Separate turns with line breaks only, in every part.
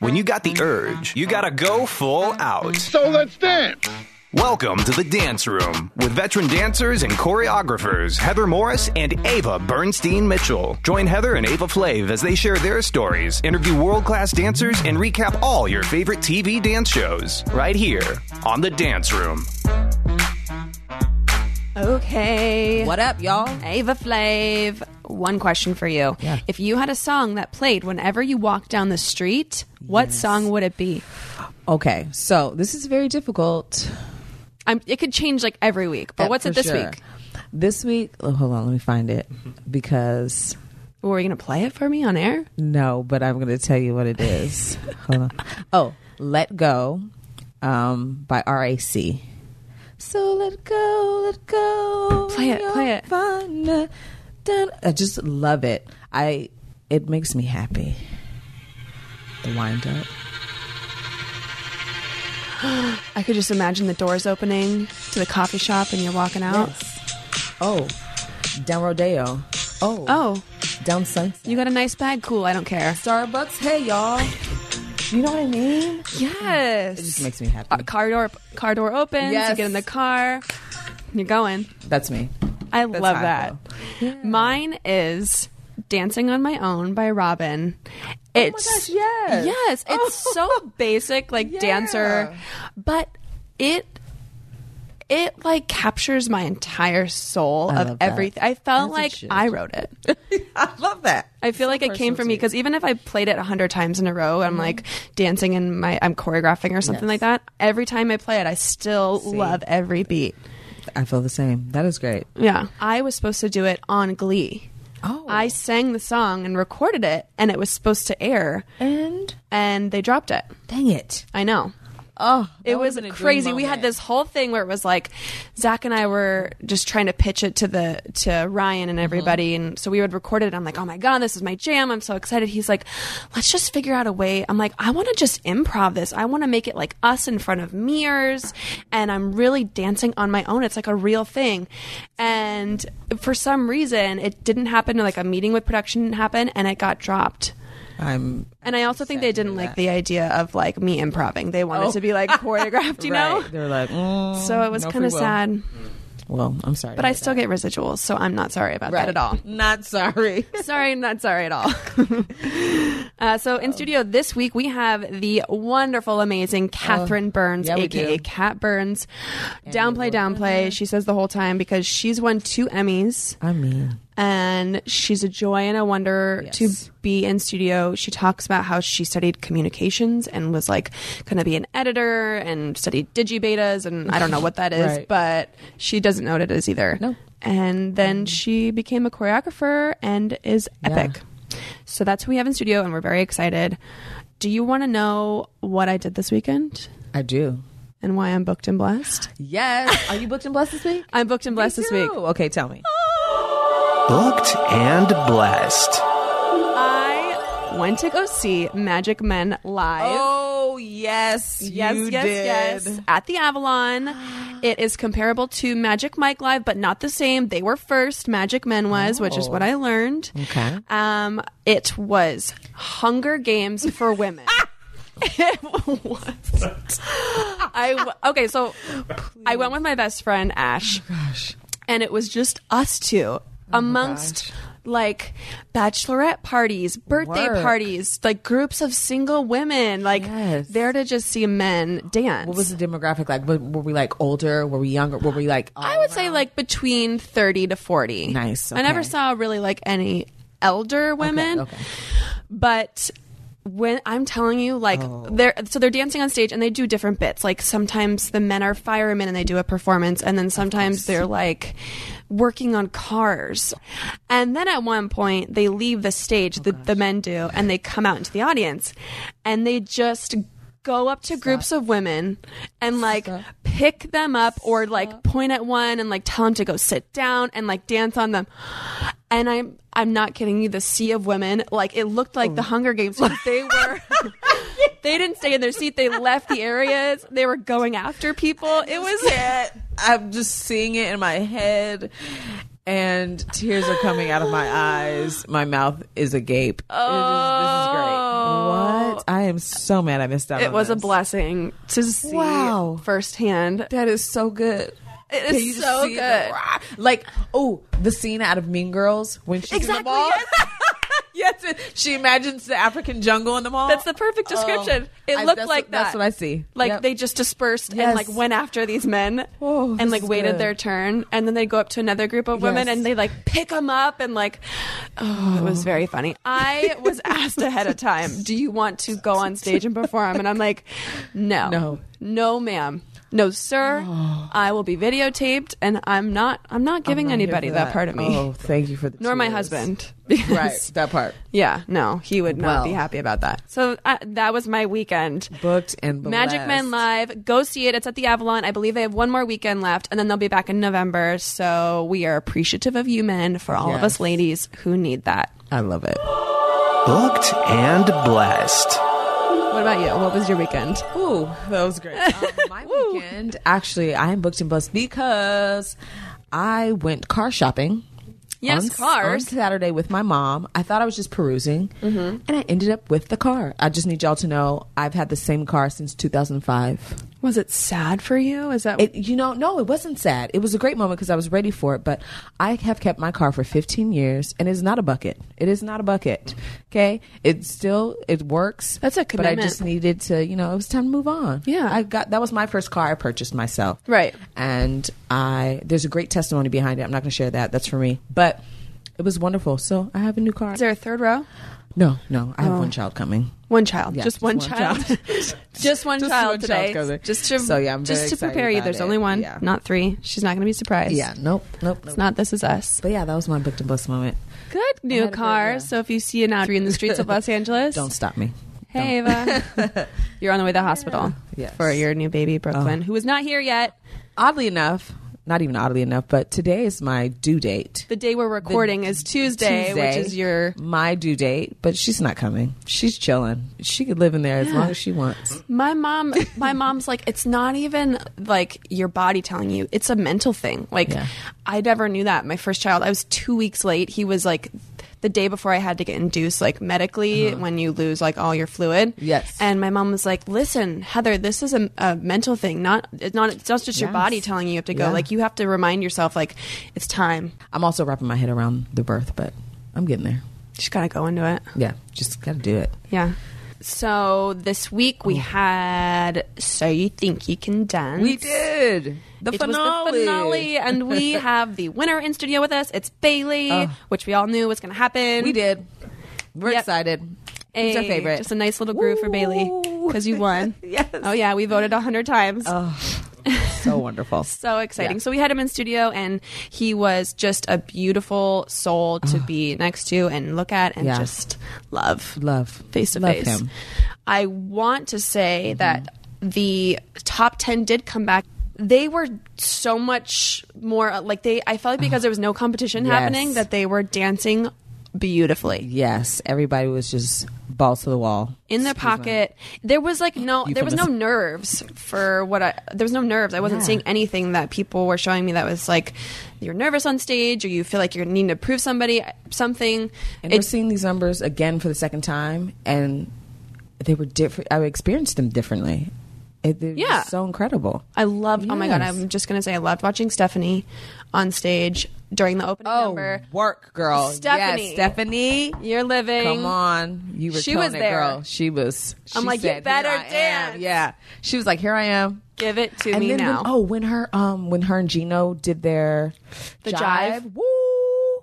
When you got the urge, you gotta go full out.
So let's dance.
Welcome to the Dance Room with veteran dancers and choreographers Heather Morris and Ava Bernstein Mitchell. Join Heather and Ava Flav as they share their stories, interview world class dancers, and recap all your favorite TV dance shows right here on the Dance Room.
Okay.
What up, y'all?
Ava Flav, one question for you.
Yeah.
If you had a song that played whenever you walked down the street, what song would it be?
Okay, so this is very difficult.
I'm, it could change like every week, but
Yeah,
what's
for
it this
sure.
week?
This week, oh, hold on, let me find it because
Were you going to play it for me on air?
no, but I'm going to tell you what it is. hold on. Oh, Let Go um, by RAC. So let go, let go.
Play it,
you're
play it.
fine. Dun- I just love it. I it makes me happy. The wind up.
I could just imagine the doors opening to the coffee shop and you're walking out.
Oh, down Rodeo. Oh,
Oh,
down Sunset.
you got a nice bag? Cool, I don't care.
Starbucks. Hey, y'all. You know what I mean?
Yes.
It just makes me happy.
Uh, car door car door opens, you
Yes.
get in the car, you're going.
That's me.
I
That's
love
how I
that. Mine is Dancing on My Own by Robin. It's
Oh gosh, yes.
Yes, it's so basic like dancer, but it it like captures my entire soul
I
of
love that.
everything. I felt
As it
like
should.
I wrote it.
I love that.
I feel like it came
personal
from
to
me
you.
because even if I played it a hundred times in a row, I'm like dancing and my I'm choreographing or something
Yes.
like that. Every time I play it, I still love every beat.
I feel the same. That is great.
Yeah, I was supposed to do it on Glee.
Oh.
I sang the song and recorded it, and it was supposed to air,
and
and they dropped it.
dang it.
I know.
Oh,
It was crazy. We had this whole thing where it was like Zach and I were just trying to pitch it to the to Ryan and everybody, and so we would record it. I'm like, oh my god, this is my jam! I'm so excited. He's like, let's just figure out a way. I'm like, I want to just improv this. I want to make it like us in front of mirrors, and I'm really dancing on my own. It's like a real thing, and for some reason, it didn't happen. Like a meeting with production didn't happen, and it got dropped.
I'm.
And I also think they didn't
hear
like
that.
the idea of like me improving. They wanted
Oh.
to be like choreographed, you know?
Right. They're like. mm,
So it was
no
kind of
free will.
sad,
Well, I'm sorry.
but I still get residuals, so I'm not sorry about that at all.
Not sorry.
sorry, not sorry at all. uh, so
Um.
in studio this week we have the wonderful, amazing Catherine Burns,
Oh. yeah, we
aka
do.
Cat Burns. downplay, downplay. She says the whole time because she's won two Emmys
I mean,
and she's a joy and a wonder
Yes.
to be in studio. She talks about how she studied communications and was like going to be an editor and studied digibetas and I don't know what that is,
Right.
but she doesn't know what it is either.
No.
And then she became a choreographer and is
Yeah.
epic. So that's who we have in studio and we're very excited. Do you want to know what I did this weekend
I do.
and why I'm booked and blessed?
Yes. Are you booked and blessed this week?
I'm booked and blessed this week.
Okay, tell me.
Booked and blessed.
I went to go see Magic Men live.
Oh yes,
Yes,
you
yes,
did.
yes. At the Avalon. It is comparable to Magic Mike Live, but not the same. They were first. Magic Men was, which is what I learned.
Oh. Okay.
Um, it was Hunger Games for women. it was. I w- okay, so I went with my best friend Ash,
Oh
and it was just us two amongst. Like bachelorette parties, birthday
Work.
parties, like groups of single women, like
Yes.
there to just see men dance.
What was the demographic like? Were, were we like older? Were we younger? Were we like? oh all
I would say like between 30 to 40.
Nice,
I never
okay.
saw really like any elder women.
okay.
But when I'm telling you, like
Oh.
they're so they're dancing on stage and they do different bits. Like sometimes the men are firemen and they do a performance, and then sometimes they're like working on cars. And then at one point they leave the
Oh,
stage, the, the men do, and they come out into the audience, and they just go up to groups of women and like pick them up or like point at one and like tell them to go sit down and like dance on them and i'm i'm not kidding you the sea of women like it looked like
Oh.
the hunger games because they were they didn't stay in their seat they left the areas they were going after people it was
Yeah, I'm just seeing it in my head, and tears are coming out of my eyes. My mouth is agape. Oh, this is great. What? I am so mad I missed out.
It
on
was a
this.
blessing to see
Wow.
firsthand.
That is so good.
It
Can
is
you just
so
see the
good.
rah- Like, oh, the scene out of Mean Girls when she's in the
Exactly,
mall. Yes. she imagines the African jungle in the mall.
That's the perfect description.
Oh,
it
I-
looked
that's
like
what-
that.
That's what I see.
Like
Yep.
they just dispersed and
Yes.
like went after these men
Whoa,
and
this
like
is
waited
good.
their turn, and then they go up to another group of women
Yes.
and they like pick them up and like, oh, it was very funny. I was asked ahead of time, "Do you want to go on stage and perform?" And I'm like, "No,
No. Oh.
no, ma'am." No, sir. I will be videotaped, and I'm not. I'm not
I'm
giving
not here
anybody
for
that. part of me,
Oh, thank you for the
nor my
tears.
husband.
Right,
because-
that part.
Yeah, no, he would not
Well.
be happy about that. So uh, that was my weekend.
Booked and blessed.
Magic Men Live. Go see it. It's at the Avalon. I believe they have one more weekend left, and then they'll be back in November. So we are appreciative of you men for all of
Yes.
us ladies who need that.
I love it.
Booked and blessed.
What about you? What was your weekend?
Ooh, that was great. Um, my weekend, actually, I am booked and blessed because I went car shopping.
Yes,
on,
cars.
on Saturday with my mom. I thought I was just perusing,
Mm-hmm.
and I ended up with the car. I just need y'all to know I've had the same car since 2005.
Was it sad for you? Is that
It, you know, no, it wasn't sad. It was a great moment because I was ready for it. But I have kept my car for 15 years, and it's not a bucket. It is not a bucket. Okay, it still it works.
That's a
But I
commitment.
just needed to, you know, it was time to move on.
Yeah.
I got that was my first car I purchased myself.
Right.
and I there's a great testimony behind it. I'm not going to share that. That's for me, but. It was wonderful. So I have a new car.
Is there Oh. a third row?
No, no, I have one child coming.
One child,
Yeah,
just one, child, just one child
Just one child
today.
cousin.
just to
So, yeah, I'm
just
very
to
excited
prepare you.
about
There's
it.
only one,
Yeah.
not three. She's not going to be surprised.
Yeah, nope, nope. nope.
it's not. This is us.
but yeah, that was my booked and blessed moment.
Good
had a
new
good-
cars.
yeah.
So if you see an out in the streets of Los Angeles,
Don't stop me.
Hey, Ava. You're on the way to the hospital
Yes.
for your new baby, Brooklyn, who is not here yet.
Oddly enough, not even oddly enough, but today is my due date.
The day we're recording is Tuesday, which is your.
my due date, but she's not coming. She's chilling. She could live in there as long as she wants.
My mom, my mom's like, it's not even like your body telling you; it's a mental thing. Like,
Yeah.
I never knew that. My first child, I was two weeks late. He was like the day before I had to get induced, like medically, when you lose like all your fluid.
Yes.
And my mom was like, "Listen, Heather, this is a, a mental thing. Not it's not it's not just your
Yes.
body telling you you have to go.
Yeah.
Like, you have to remind yourself, like, it's time."
I'm also wrapping my head around the birth, but I'm getting there.
Just gotta go into it.
Yeah, just gotta do it.
Yeah. So this week
Oh.
we had So You Think You Can Dance.
did the
It was the finale, and we have the winner in studio with us. It's Bailey, which we all knew was going to happen.
Oh. We did. We're
Yep.
excited. it's our
Hey,
favorite.
Just a nice little groove for Bailey
Woo.
because you won.
Yes.
Oh yeah, we voted a hundred times.
so wonderful.
so exciting.
Yeah.
So we had him in studio, and he was just a beautiful soul to be next to and look at and
Oh. Yeah.
just love.
Love
face to
Love
face.
him. Mm-hmm.
I want to say that the top 10 did come back. They were so much more like they, I felt like because there was no competition
Yes.
happening, that they were dancing beautifully
Yes, everybody was just balls to the wall.
in their pocket. There was like no, there was no
Euphemism.
nerves for what I, there was no nerves. I wasn't
Yeah.
seeing anything that people were showing me that was like, you're nervous on stage or you feel like you're needing to prove somebody something.
And we're seeing these numbers again for the second time, and they were different. I experienced them differently. It, it was
Yeah.
so incredible.
I loved. Oh my god!
Yes.
I'm just gonna say I loved watching Stephanie on stage during the opening
Oh.
number.
work, girl.
Oh. Stephanie.
Yes, Stephanie.
You're living.
Come on, you were
She
killing
was
it,
there.
girl. She was.
I'm
she
like, you
said, "Here
better
I am."
dance.
Yeah, she was like, "Here I am."
give it to
and
me
then
now.
When, oh, when her um when her and Gino did their
The jive.
woo!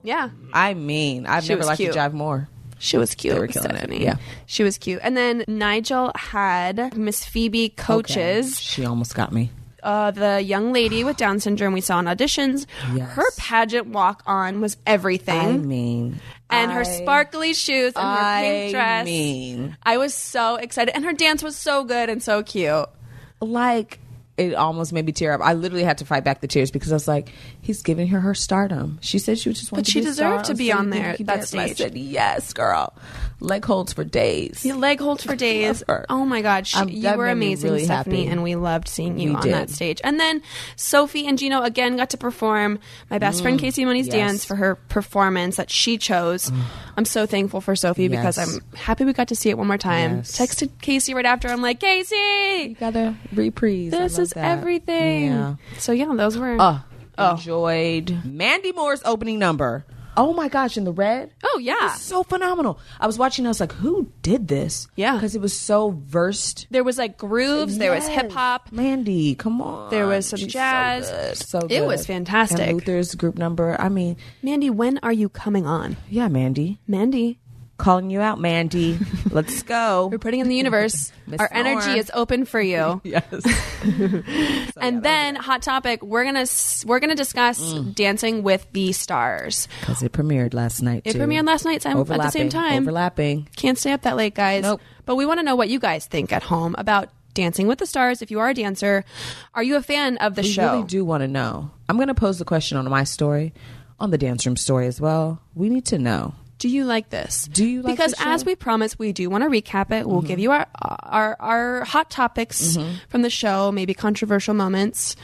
Yeah,
I mean, I've
She
never
was
liked
cute.
the jive more.
she was cute.
They were killing it,
Stephanie.
yeah.
she was cute. And then Nigel had Miss Phoebe coaches.
Okay. She almost got me.
uh, the young lady with Down syndrome we saw in auditions.
Yes.
Her pageant walk on was everything.
I mean,
and her
I-
sparkly shoes and her
I
pink dress.
mean.
I was so excited, and her dance was so good and so cute.
like it almost made me tear up. I literally had to fight back the tears because I was like, he's giving her her stardom. She said she just wanted
But
to
she
be a
deserved
star
to be
so
on
you
there,
can
that
dance. And I
stage.
said, yes, girl. Leg holds for days.
Your leg hold for days.
her.
Oh my God, she,
Um,
you
that
were
made me
amazing,
really
Stephanie,
happy.
and we loved seeing you
We
on
did.
that stage. And then Sophie and Gino again got to perform. My best friend Casey Money's
Mm, yes. Mm.
dance for her performance that she chose. I'm so thankful for Sophie because
Yes.
I'm happy we got to see it one more time.
Yes.
Texted Casey right after. I'm like, Casey,
Gotta reprise. I
this
love
is
that.
everything.
Yeah.
So yeah, those were.
Uh,
Oh.
Enjoyed Mandy Moore's opening number. Oh my gosh, in the red.
oh yeah.
So phenomenal. I was watching, I was like, who did this?
Yeah.
Because it was so versed.
There was like grooves. There was
Yes.
hip hop.
Mandy, come on.
There was some
She's so
jazz.
good, So,
It was
good.
fantastic.
And Luther's group number. I mean,
Mandy, when are you coming on?
yeah, Mandy.
Mandy,
Calling you out, Mandy. Let's go.
We're putting in the universe.
Miss
Our energy
Nora.
is open for you.
Yes.
and then hot topic, we're going to we're going to discuss
Mm.
dancing with the stars.
Because it premiered last night.
It
too.
premiered last night time at the
Overlapping,
same time.
Overlapping.
Can't stay up that late, guys.
Nope.
But we want to know what you guys think at home about Dancing with the Stars. If you are a dancer, are you a fan of the
We
show?
really do want to know. I'm going to pose the question on my story, on the dance room story as well. We need to know.
Do you like this?
Do you like
because
the show? Mm-hmm.
as we promised, we do want to recap it. We'll give you our our our hot topics from the show, maybe controversial moments,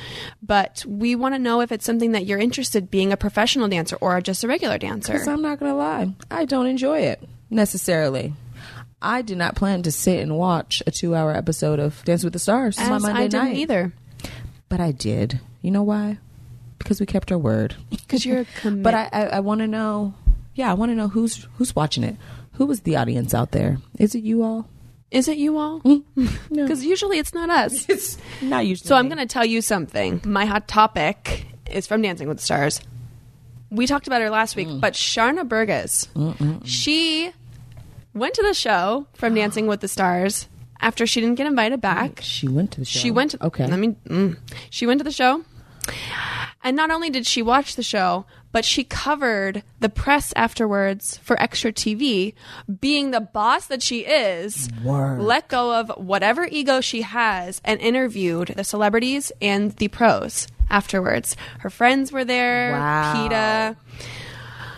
but we want to know if it's something that you're interested being a professional dancer or just a regular dancer.
Because I'm not going to lie, I don't enjoy it necessarily. I did not plan to sit and watch a two hour episode of Dance with the Stars. It's my
As
Monday
I didn't
night.
either.
But I did. You know why? Because we kept our word.
'Cause you're a commit-
But I, I, I want to know. Yeah, I want to know who's who's watching it. Who is the audience out there? Is it you all?
Is it you all?
No.
Because usually it's not us.
It's not usually.
So I'm going to tell you something. My hot topic is from Dancing with the Stars. We talked about her last week, but Sharna Burgess, she went to the show from Dancing with the Stars after she didn't get invited back.
She went to the show.
She went. To,
Okay.
Let me. Mm, she went to the show, and not only did she watch the show, but she covered the press afterwards for Extra TV, being the boss that she is.
Word.
Let go of whatever ego she has and interviewed the celebrities and the pros afterwards. Her friends were there.
Wow.
Peta.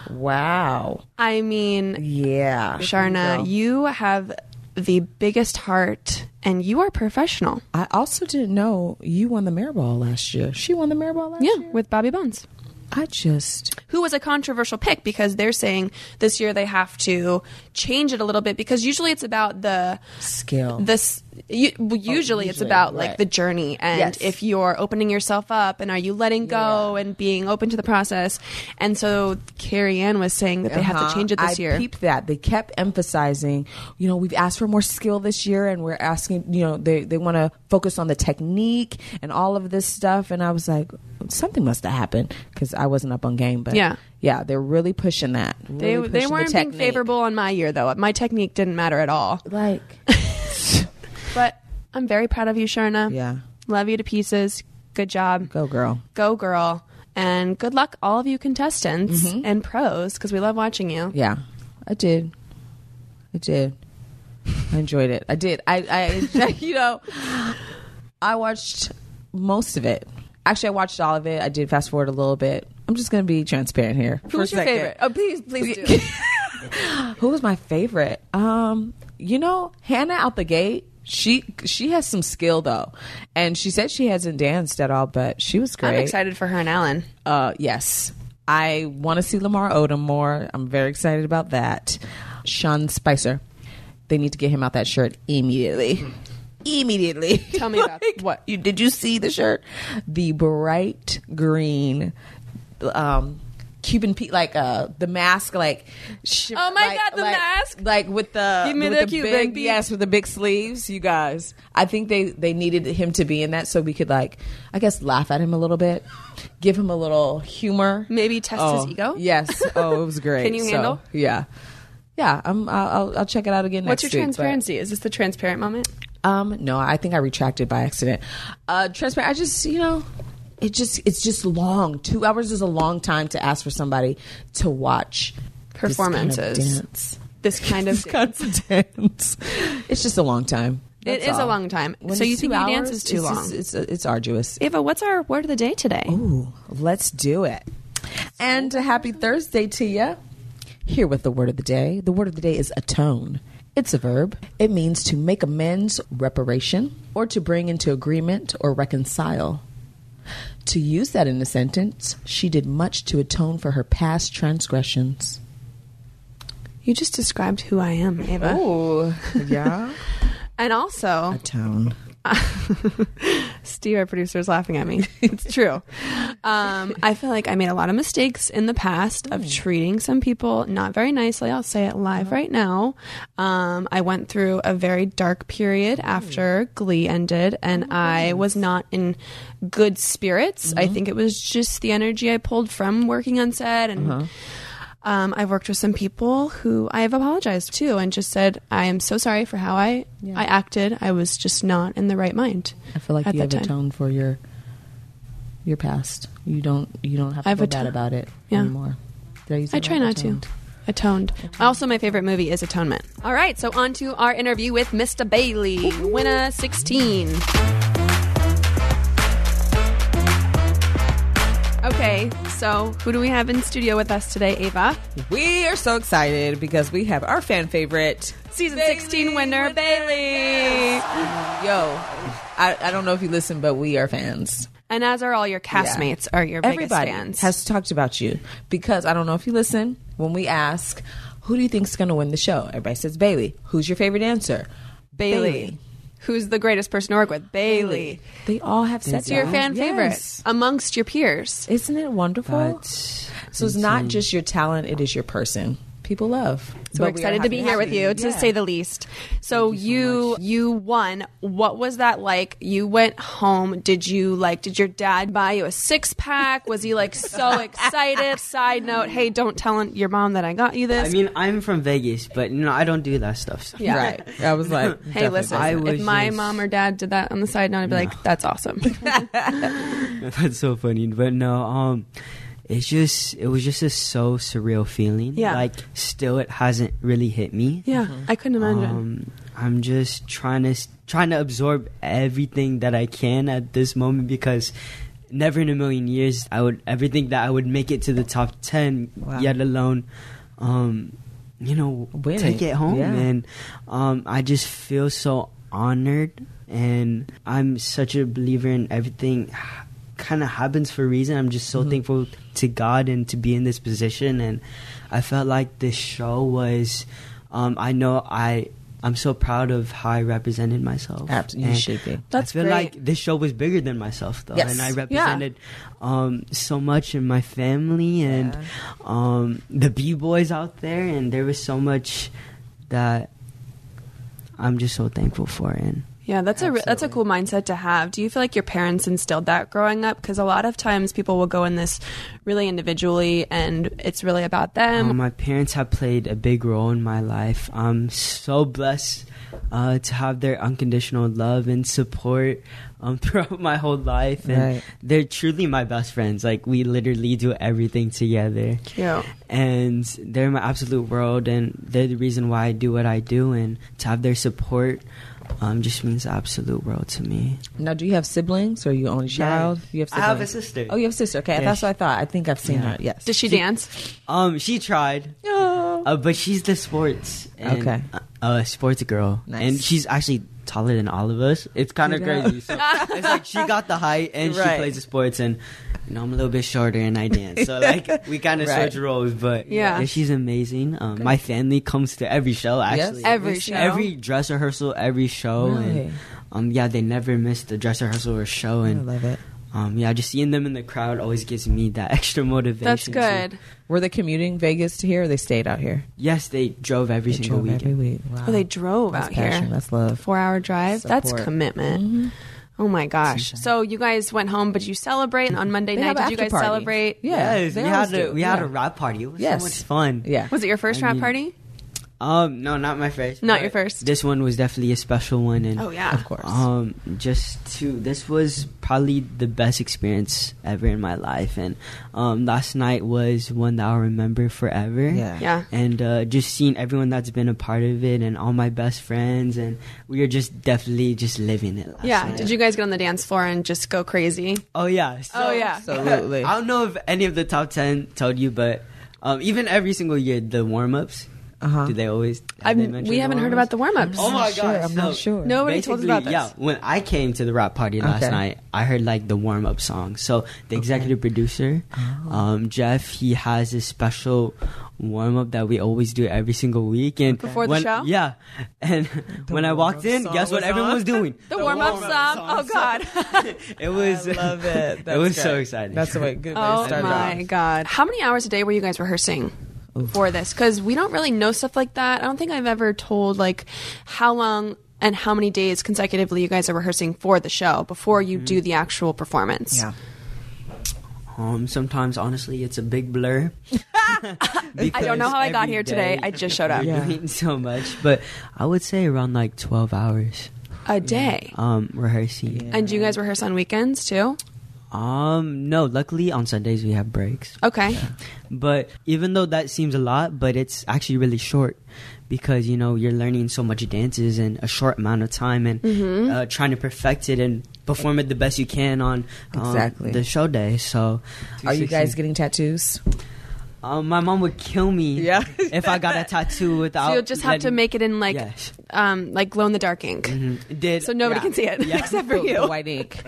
Wow.
I mean,
Yeah.
Sharna, you have the biggest heart, and you are professional.
I also didn't know you won the mayor ball last year. She won the mayor ball last
Yeah,
year.
with Bobby Bones.
I just
who was a controversial pick because they're saying this year they have to change it a little bit because usually it's about the
skill.
this you, well, usually, it's
Oh, usually,
about like
right.
the journey and
Yes.
if you're opening yourself up and are you letting go and being open to the process and so Carrie Ann was saying that they have to
Uh-huh.
change it this
I
year
peeped that. They kept emphasizing, you know, we've asked for more skill this year and we're asking, you know, they, they want to focus on the technique and all of this stuff. And I was like, something must have happened because I wasn't up on game. But
Yeah.
yeah, they're really pushing that.
they,
really
they
pushing the
weren't being
technique.
favorable on my year though my technique didn't matter at all
Like,
but I'm very proud of you Sharna
yeah,
love you to pieces good job
go girl.
go girl and good luck all of you contestants and pros because we love watching you
Mm-hmm. Yeah, I did. I did. I enjoyed it. I did. I, I you know, I watched most of it. Actually, I watched all of it. I did fast forward a little bit. I'm just going to be transparent here.
who
for
was
a
your
second.
favorite oh please please do
Who was my favorite? Um, you know, Hannah out the gate. She she has some skill though, and she said she hasn't danced at all, but she was great.
i'm excited for her and alan
Uh, yes. I want to see Lamar Odom more. I'm very excited about that. Sean Spicer. They need to get him out that shirt immediately. Immediately.
Tell me about-
what you did you see the shirt? The bright green um Cuban Pete like uh the mask like sh-
Oh my
like-
God, the
like-
mask?
like with the
Give me
with
the Cuban
big,
Pete.
yes with the big sleeves you guys I think they they needed him to be in that so we could like I guess laugh at him a little bit give him a little humor
Maybe test
Oh,
his ego?
yes oh it was great
Can you
So,
handle?
yeah yeah I'm I'll, I'll- I'll check it out again
what's your
next week, but-
transparency is this the transparent moment
um, no, I think I retracted by accident. Uh, transparent. I just, you know, it just it's just long. Two hours is a long time to ask for somebody to watch this kind of
performances
dance.
this kind of,
This kind of dance. It's just a long time.
It
That's
is a
all.
long time.
When
so
it's
you think
two
your dance
hours,
is too
it's
long?
just- it's it's arduous.
Ava, what's our word of the day today?
Ooh, let's do it. And a happy Thursday to you. Here with the word of the day. The word of the day is atone. It's a verb. It means to make amends, reparation, or to bring into agreement or reconcile. To use that in a sentence, she did much to atone for her past transgressions.
You just described who I am, Ava.
Oh, yeah.
And also,
Atone.
Steve, our producer, is laughing at me. It's true. Um, I feel like I made a lot of mistakes in the past of treating some people not very nicely. I'll say it live right now. Um, I went through a very dark period after Glee ended, and I was not in good spirits. I think it was just the energy I pulled from working on set and. Um, I've worked with some people who I have apologized to and just said, I am so sorry for how I,
Yeah.
I acted. I was just not in the right mind.
I feel like
at
you have
that time.
atoned for your your past. You don't you don't have to
I've
feel bad
atoned-
about it
Yeah.
anymore. Did use the
I
word
try not
atoned?
to. Atoned. Also, my favorite movie is Atonement. All right, so on to our interview with Mr. Bailey, Winna 16. Okay, so who do we have in studio with us today, Ava?
We are so excited because we have our fan favorite.
Season
Bailey
16 winner,
with
Bailey.
Yo,
I, I don't know if you listen, but we are fans.
And as are all your castmates, are your
Everybody
biggest fans.
has talked about you because I don't know if you listen. When we ask, who do you think's going to win the show? Everybody says Bailey. Who's your favorite answer?
Bailey. Who's the greatest person to work with? Bailey.
They all have said
It's your
that.
fan
Yes.
favorite amongst your peers.
Isn't it wonderful? so it's not just your talent; it is your person. People love.
So we're excited to be here with you, to say the least. So you you, won. What was that like? You went home. Did you like? Did your dad buy you a six pack? Was he like so excited? Side note: Hey, don't tell your mom that I got you this.
I mean, I'm from Vegas, but no, I don't do that stuff. So.
Yeah.
Right. I was like,
Hey, listen.
I
if
was
my
just-
mom or dad did that on the side note, I'd be like, "That's awesome."
That's so funny. But no, um, it's just it was just a so surreal feeling.
Yeah.
Like still, it hasn't really hit me.
yeah, I couldn't imagine.
Um, I'm just trying to s- trying to absorb everything that I can at this moment because never in a million years I would ever think that I would make it to the top ten,
Wow.
yet alone, um, you know,
Win
take
it.
it home.
Yeah.
And um, I just feel so honored, and I'm such a believer in everything. Kind of happens for a reason. I'm just so
Mm-hmm.
thankful to God and to be in this position. And I felt like this show was um, I know I I'm so proud of how I represented myself.
Absolutely, you
And
should be.
That's
I feel
great.
like this show was bigger than myself though,
Yes.
and I
Yeah.
represented um, so much in my family and um, the b boys out there, and there was so much that I'm just so thankful for. And
Yeah, that's a re- that's a cool mindset to have. Do you feel like your parents instilled that growing up? Because a lot of times people will go in this really individually, and it's really about them.
Um, my parents have played a big role in my life. I'm so blessed uh, to have their unconditional love and support um, throughout my whole life, and
Right.
they're truly my best friends. Like we literally do everything together,
Cute.
and they're my absolute world, and they're the reason why I do what I do. And to have their support um, just means the absolute world to me.
Now, do you have siblings or are you only child? You have
I
siblings.
have a sister.
Oh, you have a sister. Okay,
Yeah,
that's
she-
what I thought. I think I've seen
Yeah.
her. Yes.
Does she dance?
Um, she tried. Uh, but she's the sports. And,
Okay.
Uh, uh, sports girl.
Nice.
And she's actually taller than all of us. It's kind of
Dude, yeah.
crazy. So it's like she got the height and she
Right.
plays the sports, and you know I'm a little bit shorter and I dance. So like we kind of
Right.
switch roles, but
Yeah.
she's amazing. Um, my family comes to every show actually.
Every show.
Every dress rehearsal, every show,
Really?
and um, yeah, they never miss the dress rehearsal or show,
I
and
love it.
um, yeah, just seeing them in the crowd always gives me that extra motivation.
That's
to-
good.
Were they commuting Vegas to here or they stayed out here?
Yes, they drove every
They
single
drove
weekend.
Every week. Wow.
Oh, they drove
that's
out
passion.
here.
That's love.
Four hour drive. That's
Support.
commitment. Oh my gosh! So you guys went home, but you celebrate and on Monday
They
night.
have
Did
an
you
after
guys
party.
celebrate?
Yeah.
Yes,
they
we had
always
a
do.
we had
Yeah.
a rap party. It was
Yes.
so much fun.
Yeah.
Was it your first
I
rap
mean-
party?
Um, no, not my first.
Not
but
your first.
This one was definitely a special one, and
Oh yeah.
Of course.
um, just to this was probably the best experience ever in my life, and um, last night was one that I'll remember forever.
Yeah.
Yeah.
and uh, just seeing everyone that's been a part of it, and all my best friends, and we are just definitely just living it. Last
Yeah.
night.
Did you guys get on the dance floor and just go crazy?
Oh yeah. So,
Oh, yeah.
Absolutely.
I don't know if any of the top ten told you, but um, even every single year, the warm ups.
Uh-huh.
Do they always? have
I've,
they mentioned
we haven't heard
warm-ups?
about the warm ups.
Oh my
sure,
god!
I'm not sure.
Nobody told us
basically,
about this.
Yeah, when I came to the rap party last
Okay.
night, I heard like the warm up song. So the executive producer,
Oh.
um, Jeff, he has this special warm up that we always do every single week. And
Before the
when-
show?
yeah. And when I walked in, guess what everyone was doing?
The warm up song. Oh god.
It was.
love it. That's
it was so
great.
exciting.
That's the way. Good way
Oh
to start it
my
off.
god! How many hours a day were you guys rehearsing for this? Because we don't really know stuff like that. I don't think I've ever told like how long and how many days consecutively you guys are rehearsing for the show before you do the actual performance.
Mm-hmm. Yeah.
Um, sometimes, honestly, it's a big blur.
I don't know how I got here today. I just showed up.
am doing so much, but I would say around like twelve hours.
A day.
Um, rehearsing.
And do you guys rehearse on weekends too?
Um, no. Luckily, on Sundays we have breaks.
Okay.
But even though that seems a lot, but it's actually really short because you know you're learning so much dances in a short amount of time and
Mm-hmm.
uh, trying to perfect it and perform it the best you can on um,
Exactly.
the show day. So,
Are you guys getting tattoos?
Um, my mom would kill me.
Yeah.
if I got a tattoo without.
so you'll just have to
letting-
make it in like
Yes. Mm-hmm.
um like glow in the dark ink.
Mm-hmm.
Did
So nobody
yeah.
can see it except for
The-
you.
The white ink.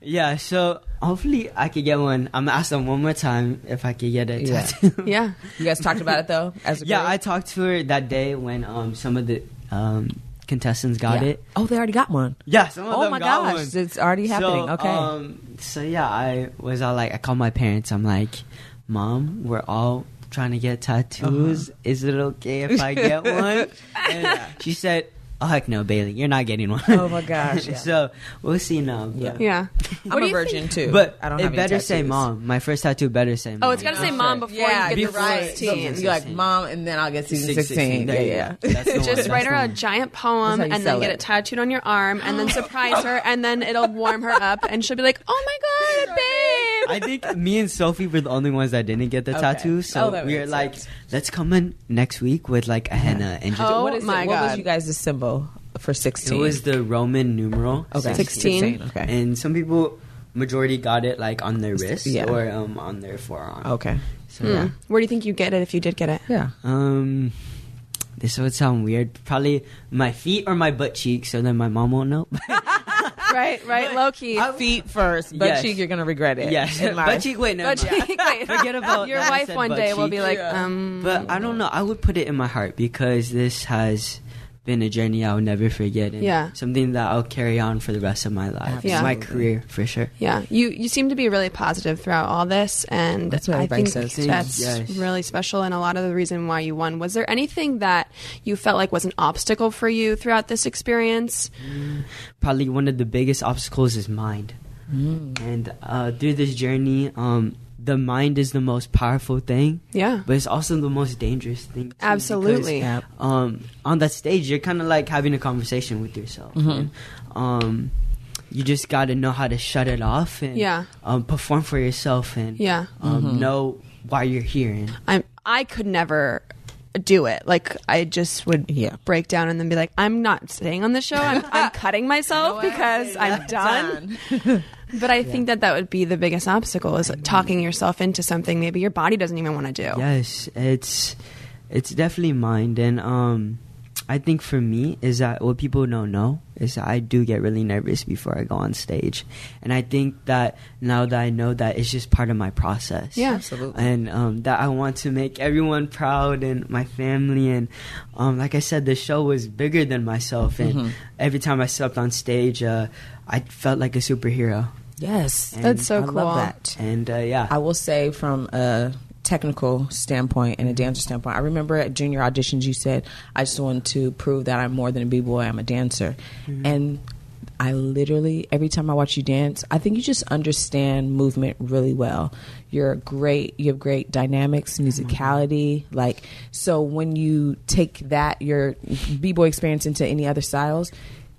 Yeah, so hopefully I could get one. I'm gonna ask them one more time if I could get a
Yeah.
tattoo.
Yeah.
You guys talked about it though. As a
Yeah,
group?
I talked to her that day when um some of the um contestants got
Yeah.
it.
Oh, they already got one.
Yeah, some of
Oh
them
my
got
gosh,
one.
it's already happening.
So,
okay.
Um, so yeah, I was all like, I called my parents. I'm like, Mom, we're all trying to get tattoos.
Uh-huh.
Is it okay if I get one? and uh, she said, Oh heck no, Bailey, you're not getting one.
Oh, my gosh, yeah.
so we'll see now. but-
Yeah.
Yeah. I'm
What do
a
you
virgin
think-
too.
But
I don't
it
have any
better say
tattoos.
mom. My first tattoo better say mom.
Oh, it's gotta say mom before
Yeah,
you get
you're
the
right. So
sixteen.
You're like mom, and then I'll get season sixteen. Yeah, yeah.
Just write her a giant
That's
poem
how you
and
sell
then get
it.
it tattooed on your arm and then surprise her and then it'll warm her up and she'll be like, Oh my god, babe.
I think me and Sophie were the only ones that didn't get the
Okay.
tattoo, so
Oh, that
we were
makes
like,
sense.
let's come in next week with like a henna and just.
Oh
what is
my
it? What was
God.
you guys' symbol for
It
sixteen?
was the Roman numeral.
okay.
16.
Okay.
And some people, majority got it like on their wrist
Yeah.
or um, on their forearm.
Okay. Hmm.
So
Hmm.
yeah.
Where do you think you get it if you did get it?
Yeah.
Um, this would sound weird. Probably my feet or my butt cheeks, so then my mom won't know.
Right, right, low key.
Feet first, butt
Yes.
cheek. You're gonna regret it.
yes.
In life.
butt cheek. Wait, no.
But wait,
Forget about
your
that I
wife
said
one
butt
day will
cheek.
be like,
Yeah.
um
But I don't know. I would put it in my heart because this has been a journey I'll never forget. And
Yeah.
Something that I'll carry on for the rest of my life.
Yeah.
My career, for sure.
yeah, you you seem to be really positive throughout all this, and
That's what
I
everybody
think
says.
that's
Yes.
really special. And a lot of the reason why you won was there anything that you felt like was an obstacle for you throughout this experience?
Probably one of the biggest obstacles is mind. And uh, through this journey, um, the mind is the most powerful thing,
Yeah,
but it's also the most dangerous thing. too, because,
absolutely.
Yeah.
um, on that stage, you're kind of like having a conversation with yourself.
Mm-hmm.
And, um, you just got to know how to shut it off and
Yeah.
um, perform for yourself and
Yeah. Mm-hmm.
um, know why you're here. And
I'm I could never do it. Like I just would
Yeah.
break down and then be like, I'm not staying on the show. I'm, I'm cutting myself because I'm done. But I think that that would be the biggest obstacle is talking yourself into something maybe your body doesn't even want to do.
yes, it's it's definitely mind. And um, I think for me is that what people don't know is that I do get really nervous before I go on stage, and I think that now that I know that it's just part of my process.
Yeah.
Absolutely.
and um, that I want to make everyone proud and my family. And um, like I said, the show was bigger than myself. And
Mm-hmm.
every time I stepped on stage, uh, I felt like a superhero.
Yes.
And That's
so
I
cool.
Love that.
And uh, yeah,
I will say from a technical standpoint and a dancer standpoint, I remember at junior auditions you said, I just want to prove that I'm more than a b-boy, I'm a dancer. And I literally every time I watch you dance, I think you just understand movement really well. You're great. You have great dynamics, musicality. Like so, when you take that your b boy experience into any other styles,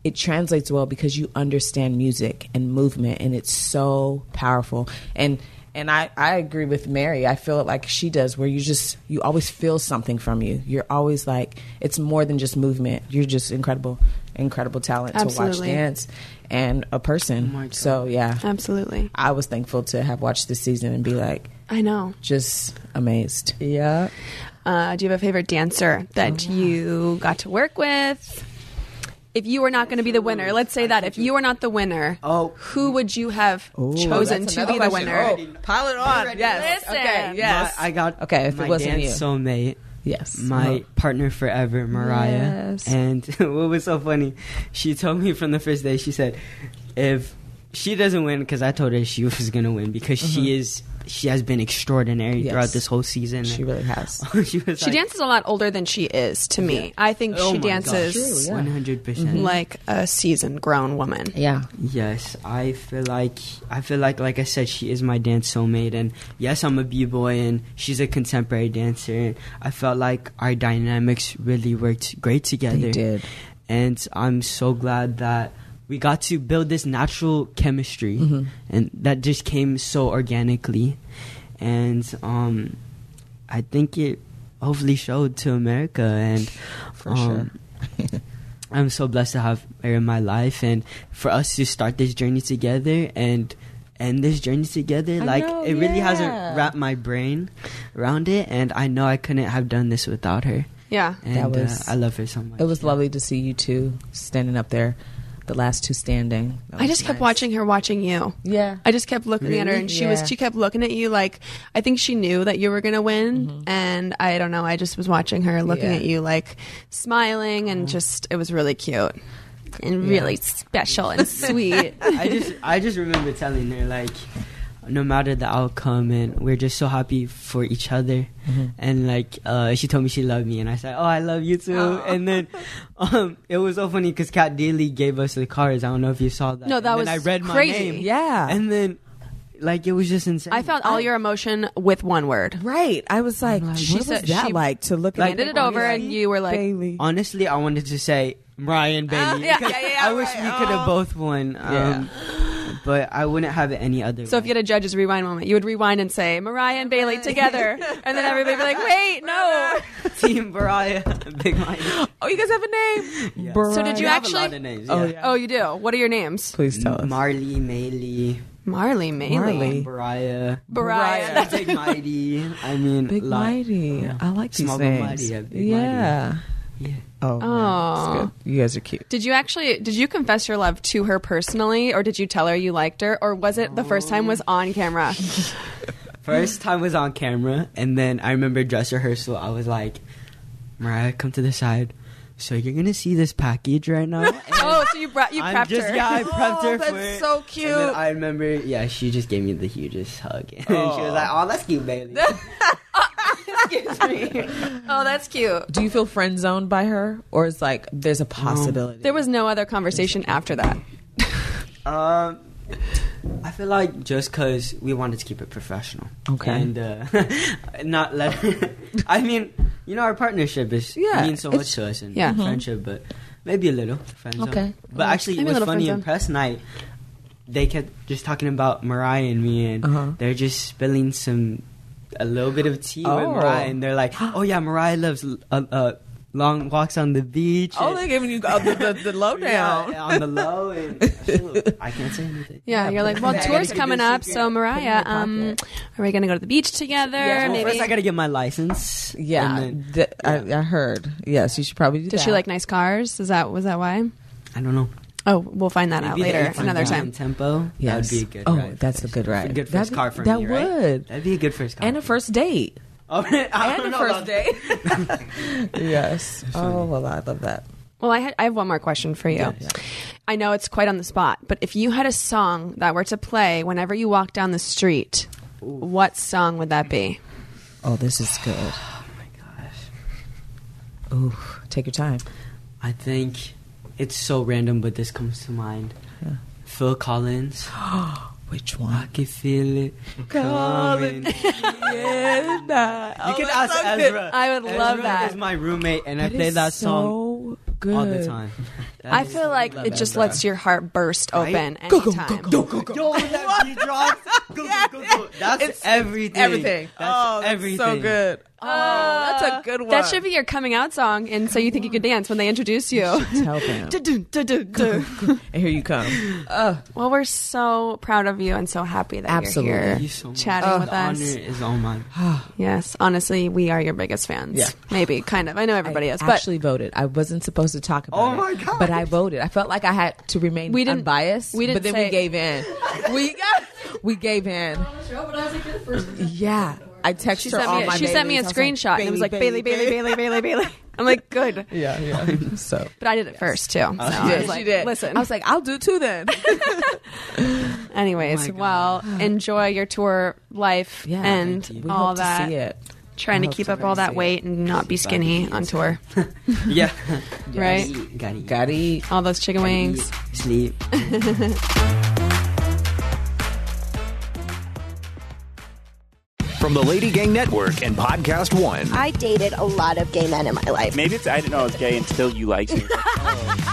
it translates well because you understand music and movement, and it's so powerful. And and I, I agree with Mary. I feel it like she does, where you just you always feel something from you. You're always like it's more than just movement. You're just incredible, incredible talent to watch
Absolutely.
dance and a person. so yeah,
Absolutely.
I was thankful to have watched this season and be like
I know.
just amazed.
Yeah.
Uh, do you have a favorite dancer that you got to work with? If you were not going to be the winner, let's say that if you were not the winner,
Oh.
who would you have chosen to be the winner?
pile it on. Oh, Yes.
Listen.
Okay. Yes.
I got
Okay, if it
my
wasn't
dance
you.
soulmate,
yes.
my partner forever, Mariah.
Yes.
And what was so funny? She told me from the first day. She said, "If she doesn't win, because I told her she was gonna win, because she is, she has been extraordinary
Mm-hmm. Yes.
throughout this whole season.
She really has.
she was.
She
like, "Oh
dances a lot older than she is to me. I think
Oh
she dances
one hundred
Mm-hmm.
percent.
like a seasoned grown woman.
Yeah.
Yes, I feel like I feel like like I said, she is my dance soulmate, and yes, I'm a b boy, and she's a contemporary dancer, and I felt like our dynamics really worked great together.
did.
and I'm so glad that we got to build this natural chemistry,
Mm-hmm.
and that just came so organically, and um, I think it hopefully showed to America, and um,
For sure.
I'm so blessed to have her in my life, and for us to start this journey together and end this journey together.
I
like
know,
it really
yeah.
hasn't wrapped my brain around it, and I know I couldn't have done this without her.
Yeah.
And
was-
uh, I love her so much.
It was
yeah.
lovely to see you two standing up there, the last two standing. That
I
was
just kept
nice.
watching her watching you.
Yeah.
I just kept looking at her
Really?
and she
Yeah.
was she kept looking at you like I think she knew that you were going to win and I don't know, I just was watching her looking
Mm-hmm. Yeah. Uh-huh.
at you like smiling and just it was really cute and really special and sweet.
I just I just remember telling her like no matter the outcome and we're just so happy for each other and like uh, she told me she loved me and I said oh I love you too and then um, it was so funny because Kat Daly gave us the cards I don't know if you saw that
No,
And
that
then
was
I read my
crazy.
name
Yeah.
and then like it was just insane
I found all your emotion with one word.
Right. I was like,
She
what
said
was that
she
like to look
handed
at
it over and you were like-
Bailey.
honestly I wanted to say Ryan Bailey
Uh, yeah,
because
yeah, yeah,
I wish
right.
we could have both won um, but I wouldn't have it any other
So if you had a judge's rewind moment, you would rewind and say Mariah and Bailey together, and then everybody would be like, "Wait, no."
had Team Mariah Big Mike
Oh, you guys have a name.
So did you
I have a
actually?
lot of names,
Oh,
yeah.
yeah.
Oh, you do. What are your names?
Please tell us.
Marley, Maley,
Marley, Maley,
Marley.
Mariah,
Mariah. That's
Big Mighty. I mean,
Big
lot.
Mighty. Uh,
Yeah.
I like these
Small but
names.
mighty, yeah, Big
yeah.
Mighty. Yeah.
Oh,
Oh.
man, it's good. you guys are cute.
Did you actually did you confess your love to her personally or did you tell her you liked her or was it the first time was on camera?
First time was on camera, and then I remember dress rehearsal. I was like, Mariah, come to the side. So you're gonna see this package right now. And
oh, so you brought you
I'm
prepped
just
her.
yeah, I prepped her
Oh, that's
for it.
so
And then
cute.
I remember, yeah, she just gave me the hugest hug, and she was like, "Oh, that's cute, baby."
Oh, that's cute.
Do you feel friend zoned by her, or it's like there's a possibility?
There was no other conversation after that.
Um, I feel like just because we wanted to keep it professional.
Okay.
And uh, not let. I mean, you know, our partnership is
Yeah,
yeah, means so
it's-
much to us and
yeah. Mhm.
friendship, but maybe a little friend zone.
Okay.
But actually,
Maybe
it
a
was
little
funny
friend
in press night. They kept just talking about Mariah and me, and
Uh-huh.
they're just spilling some a little bit of tea with
Oh.
Mariah, and they're like, "Oh yeah, Mariah loves uh, uh, long walks on the beach."
Oh,
and-
they're giving you oh, the, the, the lowdown.
yeah, on the low, and I can't say anything.
Yeah, you're like, well,
Yeah, I gotta
tour's
keep
coming
this
up,
secret.
so Mariah,
Put it in your
um, are we gonna go to the beach together?
well,
Maybe.
First, I gotta get my license.
Yeah,
and then-
th- I, I heard. Yes, you should probably do
Does
that.
she like nice cars? Is that was that why?
I don't know.
Oh, we'll find that out
Maybe
later,
if I'm
another
down
time.
in Tempo.
Yes.
That would be a good.
Oh,
ride
that's
for
a good
us.
ride.
A good
That'd
first
be-
car for
that
me, right?
would.
That'd be a good first car.
and a first date
Oh, I
and
don't
a
know
first
about that.
date. yes. Oh well, I love that.
Well, I, had, I have one more question for you. I know it's quite on the spot, but if you had a song that were to play whenever you walk down the street, what song would that be?
Oh, this is good.
Oh my gosh.
Ooh, take your time.
I think it's so random, but this comes to mind.
Yeah.
Phil Collins.
Which
I
one?
can feel it coming. You can ask Ezra.
I would love
Ezra
that.
Is my roommate, and I play that song
good.
all the time.
I feel like it just lets your heart burst
Right?
open
Go, go,
anytime.
go, go.
Go go go! Yo, when that beat drops. Go go go go! That's
It's
everything.
Everything.
That's
oh, that's
everything.
so good. Oh, that's a good one.
That should be your coming out song and So You Think You Could Dance when they introduce you.
Tell them.
Du-dun, du-dun, du.
And here you come.
well, we're so proud of you and so happy that
Absolutely.
you're
Thank
here
you so much.
chatting with
the
us.
honor is all mine.
Yes, honestly, we are your biggest fans.
Yeah.
Maybe, kind of. I know everybody
I
is, but
actually voted. I wasn't supposed to talk about
Oh
it,
my God.
But I voted. I felt like I had to remain
We didn't-
unbiased.
we didn't
But then
say-
we gave in. we we gave in. Yeah, I texted
she
her
sent
all
me,
my
she sent me a
Baileys. I was
screenshot
like,
and it was like
Bailey,
Bailey, Bailey, Bailey, Bailey, Bailey. I'm like, good.
Yeah, yeah. So
But I did it first too. So I
Yeah,
was like,
she did.
Listen.
I was like, I'll do two then.
Anyways,
Oh my
well, enjoy your tour life
Yeah,
and
we
all
hope
that.
to see it.
Trying to
I hope
keep
so.
up all that weight and not be skinny on tour,
Yeah.
right?
Gotta eat.
Gotta eat.
All those chicken wings.
Eat, Sleep.
From the Lady Gang Network and Podcast One,
I dated a lot of gay men in my life.
Maybe it's I didn't know I was gay until you liked me.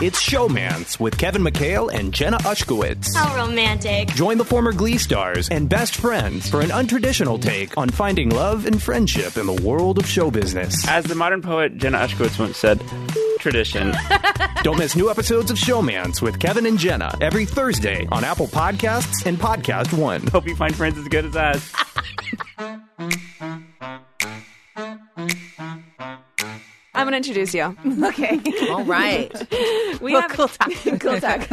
it's Showmance with Kevin McHale and Jenna Ushkowitz.
How romantic.
Join the former Glee stars and best friends for an untraditional take on finding love and friendship in the world of show business.
As the modern poet Jenna Ushkowitz once said, tradition.
Don't miss new episodes of Showmance with Kevin and Jenna every Thursday on Apple Podcasts and Podcast One.
Hope you find friends as good as us.
I'm gonna introduce you. Okay.
All right.
We have cool talk. cool talk.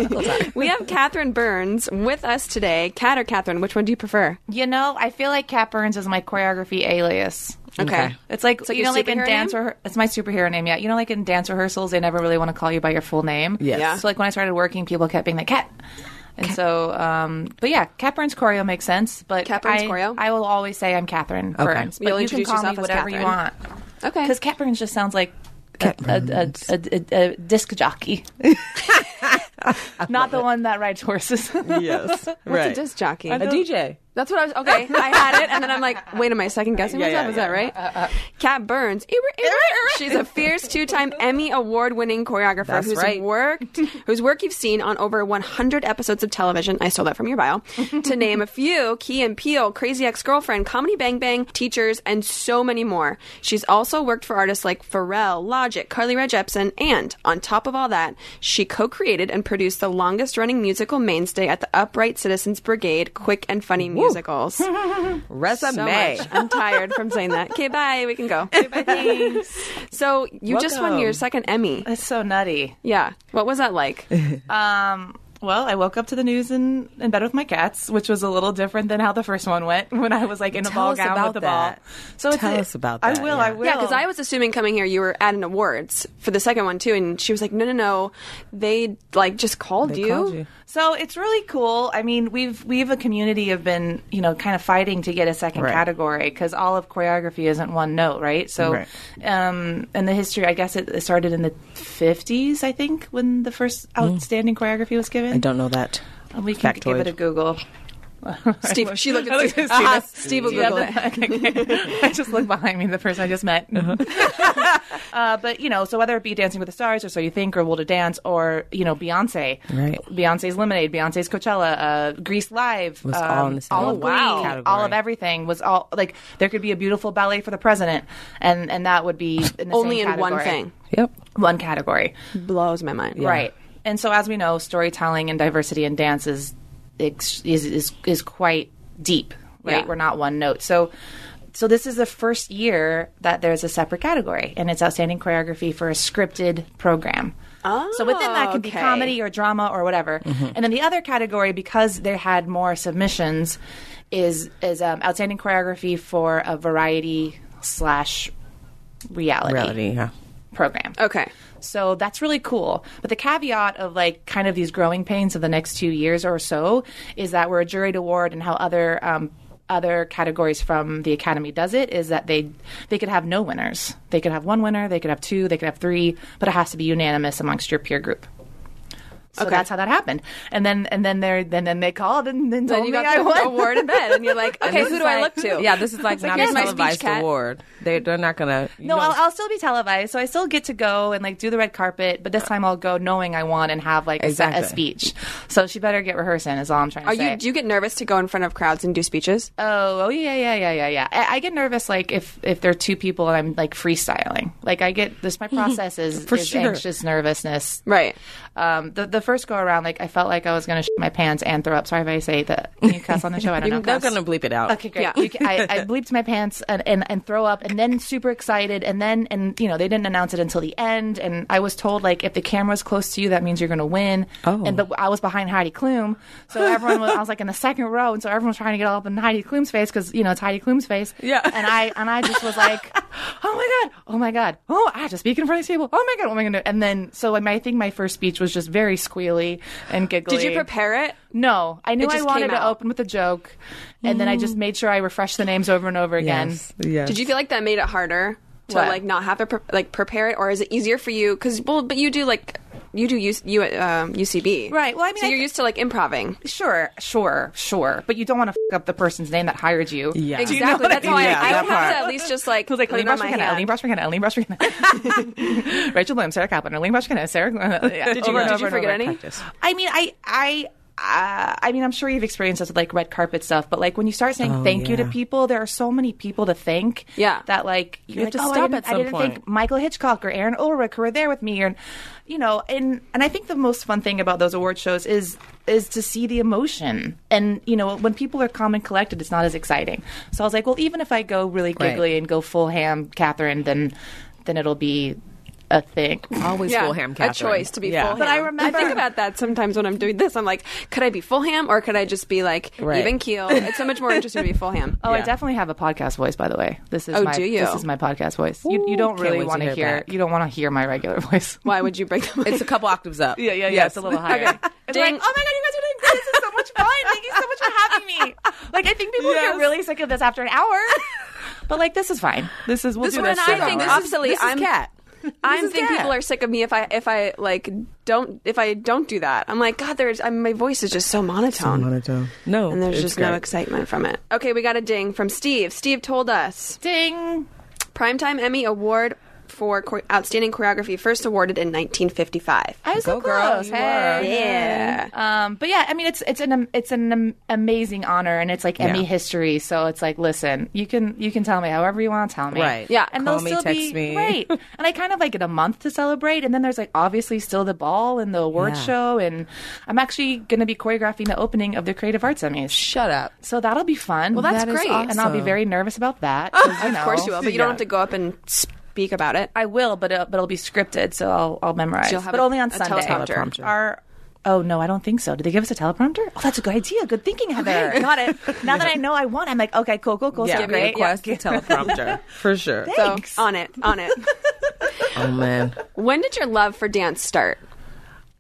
We have Catherine Burns with us today. Kat or Catherine, which one do you prefer?
You know, I feel like Cat Burns is my choreography alias.
Okay.
It's like,
It's like
you
your
know, like in
superhero
dance
name?
rehe- it's my superhero name. Yeah, you know, like in dance rehearsals, they never really want to call you by your full name.
Yes. Yeah.
So like when I started working, people kept being like Cat. And so, um, but yeah, Cat Burns choreo makes sense. But
Cat Burns
I,
choreo?
I will always say I'm Catherine Burns. But
You'll
you can
introduce
call
yourself
me
as
whatever you
Catherine.
want
Okay.
because Cat Burns just sounds like. A, a, a, a, a, a disc jockey, not the one that rides horses.
yes.
What's a
Right.
disc jockey?
A DJ.
That's what I was. Okay, I had it, and then I'm like, wait, am I second guessing
Yeah,
myself?
yeah,
Is
yeah.
that right? Kat Burns. She's a fierce two-time Emmy award-winning choreographer
That's
whose
right.
worked, whose work you've seen on over 100 episodes of television. I stole that from your bio. to name a few: Key and Peele, Crazy Ex-Girlfriend, Comedy Bang Bang, Teachers, and so many more. She's also worked for artists like Pharrell, Logic, Carly Rae Jepsen, and on top of all that, she co-created and produced the longest-running musical mainstay at the Upright Citizens Brigade, Quick and Funny Musicals.
Hmm.
So
Resume.
much. I'm tired from saying that. Okay, bye. We can go. So you just won
Welcome.
your second Emmy.
It's so nutty.
Yeah. What was that like?
Um, well, I woke up to the news in, in bed with my cats, which was a little different than how the first one went when I was like in a
Tell
ball
us
gown
about
with a
that.
ball. So it's
Tell
a-
us about that,
I will.
yeah.
I will.
Yeah, because I was assuming coming here you were at an awards for the second one too, and she was like, "No, no, no, they like just called, you.
So it's really cool. I mean, we've we've a community have been you know kind of fighting to get a second
Right.
category because all of choreography isn't one note, right? So,
Right.
um, in the history, I guess it it started in the '50s, I think, when the first outstanding choreography was given.
Mm. I don't know that.
We can give it a
Factoid.
Google.
Steve, she looked at
I
Steve.
Steve.
Ah, Steve will
Yeah,
Google
the- okay. I just looked behind me, the person I just met.
Uh-huh.
uh, but, you know, so whether it be Dancing with the Stars or So You Think or Will to Dance or, you know, Beyonce.
Right.
Beyonce's Lemonade, Beyonce's Coachella, uh, Grease Live. um,
Was all in the same
all of
Oh, wow.
Glee,
category.
All of everything was all, like, there could be a beautiful ballet for the president, and, and that would be in the
Only
same
in one
category.
thing
Yep.
One category.
blows my mind.
Right. And so, as we know, storytelling and diversity in dance is ex- is is, is quite deep. Right.
Yeah.
We're not one note. So. So this is the first year that there's a separate category, and it's outstanding choreography for a scripted program. Oh, so within that could
okay.
be comedy or drama or whatever, and then the other category because they had more submissions is is um, outstanding choreography for a variety slash reality,
Reality. Yeah.
program.
Okay.
So that's really cool. But the caveat of like kind of these growing pains of the next two years or so is that we're a juried award and how other um, other categories from the Academy does it is that they they could have no winners. They could have one winner, they could have two, they could have three, but it has to be unanimous amongst your peer group. So that's how that happened. And then and then they then then they called and, and told
you
me
got
I
the
won
award in bed, and you're like,
And
okay,
this
who
is
do I
like-
look to?
Yeah, this is like
Oh. It's like,
not
here's
a
my speech
televised
cat.
award. They they're not gonna. you
No,
know,
I'll, I'll still be televised, so I still get to go and like do the red carpet. But this time I'll go knowing I won and have like a se-
Exactly.
a speech. So she better get rehearsing. Is all I'm trying to
Are
say.
you? Do you get nervous to go in front of crowds and do speeches?
oh, oh yeah, yeah, yeah, yeah, yeah. I, I get nervous like if if there are two people and I'm like freestyling. Like I get this. My process is
For
is
sure.
anxious nervousness.
Right.
Um, the the first go around, like I felt like I was gonna shit my pants and throw up. Sorry if I say that. Can you cuss on the show? I don't know.
they're
Cuss.
gonna bleep it out.
Okay, great.
Yeah.
You ca- I, I bleeped my pants and, and, and throw up, and then super excited, and then and you know they didn't announce it until the end, and I was told like if the camera's close to you, that means you're going to win.
Oh.
And but I was behind Heidi Klum, so everyone was I was like in the second row, and so everyone was trying to get all up in Heidi Klum's face because you know it's Heidi Klum's face.
Yeah.
And I and I just was like, oh my god, oh my god, oh I have to speak in front of these people. Oh my god, what am I going to? do? And then so I think my first speech was just very squealy and giggly.
Did you prepare it?
No, I knew
It
I
just
wanted
came
to
out.
open with a joke, and then I just made sure I refreshed the names over and over again.
Yes. yes.
Did you feel like that made it harder to
What?
like not have to pre- like prepare it, or is it easier for you? Because well, but you do like you do use you at um, UCB,
Right, well, I mean,
so
I
you're
th-
used to like improving.
Sure, sure, sure, but you don't want to f- up the person's name that hired you.
Yeah. Do
Exactly.
you
That's how I,
Yeah,
I
that
would have
part.
to at least just like,
Who's like
put it
Eileen
on
Brush
my
McKenna, Eileen
hand.
Brush McKenna, Eileen Brush McKenna, Rachel Bloom, Sarah Kaplan, Eileen Brush McKenna, Sarah. yeah,
Did
over
you,
and
did
over
you forget
and over.
any?
I mean, I, I, uh, I mean, I'm sure you've experienced this with like red carpet stuff, but like when you start saying
Oh,
thank you to
yeah.
people, there are so many people to thank.
Yeah.
That like you
have to
oh, I
stop
didn't-
at
I
some
didn't think
point.
Michael Hitchcock or Aaron Ulrich who were there with me, and you know, and and I think the most fun thing about those award shows is is to see the emotion, and you know, when people are calm and collected, it's not as exciting. So I was like, well, even if I go really
Right.
giggly and go full ham, Catherine, then then it'll be a thing.
always
Yeah,
full ham?
a
Catherine.
choice to be
Yeah.
full.
But I
ham.
remember-
I think about that sometimes when I'm doing this. I'm like, could I be full ham or could I just be like
Right.
even keel? It's so much more interesting to be full ham.
Oh, I
Yeah.
definitely have a podcast voice, by the way. This is
Oh,
my
do you?
this is my podcast voice. You, you don't
Can't wait
really
to
want
hear
to
it
hear,
back.
you don't want to hear my regular voice.
Why would you break them?
It's a couple octaves up.
Yeah, yeah, yeah.
Yes.
It's a little higher.
Okay.
It's
Ding.
like, oh my god, you guys are doing this. This is so much fun. Thank you so much for having me. Like, I think people would
Yes.
get really sick of this after an hour. But like, this is fine. This is we'll
This
do
one
this.
I
for an
think
hour.
is obsolete.
This is
I'm
cat.
I
This is
think
cat.
people are sick of me if I if I like don't if I don't do that. I'm like God, there's I'm, my voice is just so monotone.
No,
and there's
it's
just no
great.
excitement from it. Okay, we got a ding from Steve. Steve told us
Ding.
Primetime Emmy Award for chor- Outstanding Choreography, first awarded in 1955.
I was so
Go, girl,
close.
you
hey.
were.
Yeah.
Um, but yeah, I mean, it's it's an am- it's an am- amazing honor, and it's like Emmy history. So it's like, listen, you can you can tell me however you want to tell me,
Right.
Yeah.
And
Call
they'll
me,
still
text
be
me.
right. And I kind of like get a month to celebrate, and then there's like obviously still the ball and the award
Yeah.
show, and I'm actually going to be choreographing the opening of the Creative Arts Emmys.
Shut up.
So that'll be fun. Well,
that's That is great.
and I'll be
awesome.
very nervous about that. 'cause, you
Of course you
know.
will, but you don't have to go up and speak about it.
I will, but uh, but it'll be scripted, so I'll I'll memorize.
You'll have
but
a-
only on
a
Sunday.
teleprompter.
Teleprompter.
Our- oh no, I don't think so. Did they give us a teleprompter? Oh, that's a good idea. Good thinking, Heather. Got it. Now that I know I want, I'm like, okay, cool, cool, cool.
Yeah,
so great.
request a teleprompter for sure.
So
Thanks.
on it, on it.
Oh man,
when did your love for dance start?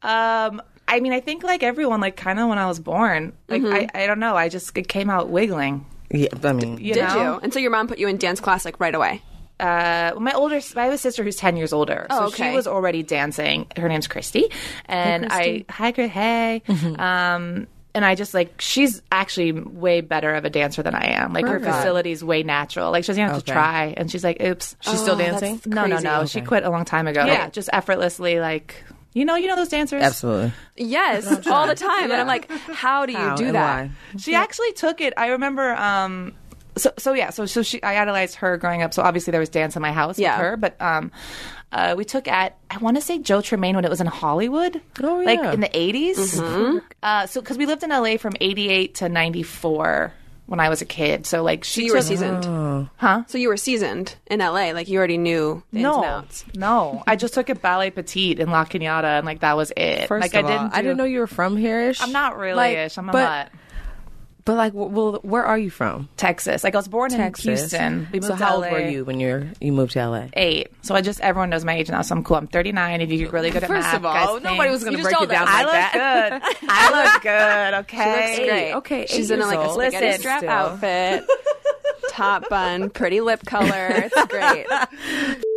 Um, I mean, I think like everyone, like kind of when I was born, like
Mm-hmm.
I, I don't know, I just it came out wiggling.
yeah, I mean,
You
Did
know?
you? And so your mom put you in dance class like right away.
uh, my older, I have a sister who's ten years older, so
Oh, okay.
she was already dancing. Her name's Christy, and I hi Chris, hey. Um, and I just like she's actually way better of a dancer than I am. Like her facility's way natural. Like she doesn't have
Okay.
to try, and she's like, "Oops,
She's still dancing?
No, no,
crazy.
no. She quit a long time ago.
Yeah.
Yeah, just effortlessly. Like you know, you know those dancers.
absolutely.
Yes, all the time. And I'm like, how do you
How
do
and
that?
why?
She actually took it. I remember. Um, so so yeah. So so she. I idolized her growing up. So obviously there was dance in my house
Yeah.
with her. But um, uh, we took at I want to say Joe Tremaine when it was in Hollywood.
Oh,
Like
yeah. Mm-hmm.
in the 80s Uh, so because we lived in L.A. from eighty eight to ninety four when I was a kid. So like she
So you were
took-
seasoned,
Oh.
huh? So you were seasoned in LA, like you already knew the ins and
No,
outs.
no. I just took a ballet petite in La Cunada, and like that was it.
First
like
of
I didn't.
all, I didn't know you were from here.
I'm not really
Like,
ish. I'm
but,
not
But like, w- well, where are you from?
Texas. Like I was born
Texas.
in Houston. We moved
so
to
how
LA.
old were you when you you moved to LA?
eight. So I just everyone knows my age now, so I'm cool. I'm 39. If you get really good at math, guys, thanks.
gonna
just told us.
I look good. I look good. Okay.
Looks great.
okay,
she's
eight
in like a
years old.
spaghetti
Listen,
strap
still.
outfit, top bun, pretty lip color. It's great.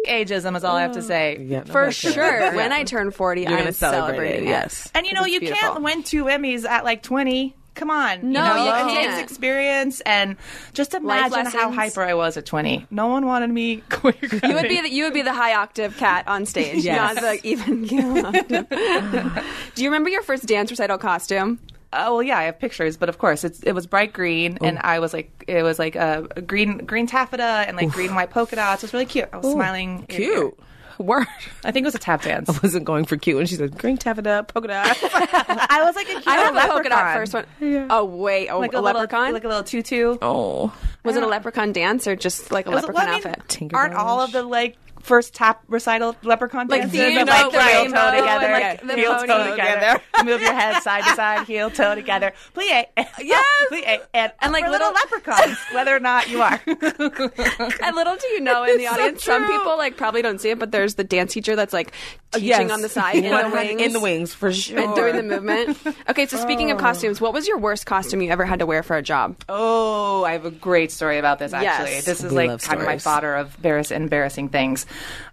ageism is all I have
Oh.
to say.
Yeah, no,
For
that's it.
sure. When I turn 40,
You're
I'm
gonna celebrate it,
celebrating.
yes.
And you know,
It's
you
beautiful.
can't win two Emmys at like 20. Come on.
No,
you, know,
you
it
can't.
takes experience and just
Life
imagine how
lessons.
hyper I was at 20. No one wanted me choreographing.
You would be the, you would be the high octave cat on stage,
Yes.
not the even octave. Do you remember your first dance recital costume?
Oh well, yeah, I have pictures, but of course, it's, it was bright green,
Oh.
and I was like, it was like a, a green green taffeta and like green and white polka dots. It was really cute. I was smiling. ear to ear.
Cute. Word.
I think it was a tap dance.
Wasn't going for cute when she said green taffeta, polka dot.
I was like a cute
I have a
leprechaun.
polka dot first one. Oh wait, a,
like
a,
a, little-
leprechaun.
like a little tutu.
oh.
was it a leprechaun dance or just like a
It was-
leprechaun
well, I mean,
outfit?
Aren't all of the like first tap recital leprechaun
Like,
dances
do you
of,
know
like
the
heel
rainbow
toe
and,
together,
like, the
heel
pony
toe together, move your head side to side, heel toe together, plie,
Yes.
plie, and
And, like,
we're
little-
little leprechauns, whether or not you are.
And little do you know in the
It's so
audience, some
true.
people like probably don't see it, but there's the dance teacher that's like teaching
Uh, Yes.
on the side in the
100
wings.
In the wings, for sure.
And doing the movement. Okay, so speaking of costumes, what was your worst costume you ever had to wear for a job?
Oh, I have a great story about this. Actually,
Yes.
this is
We
like
love
kind of my
stories.
fodder of embarrass- embarrassing things.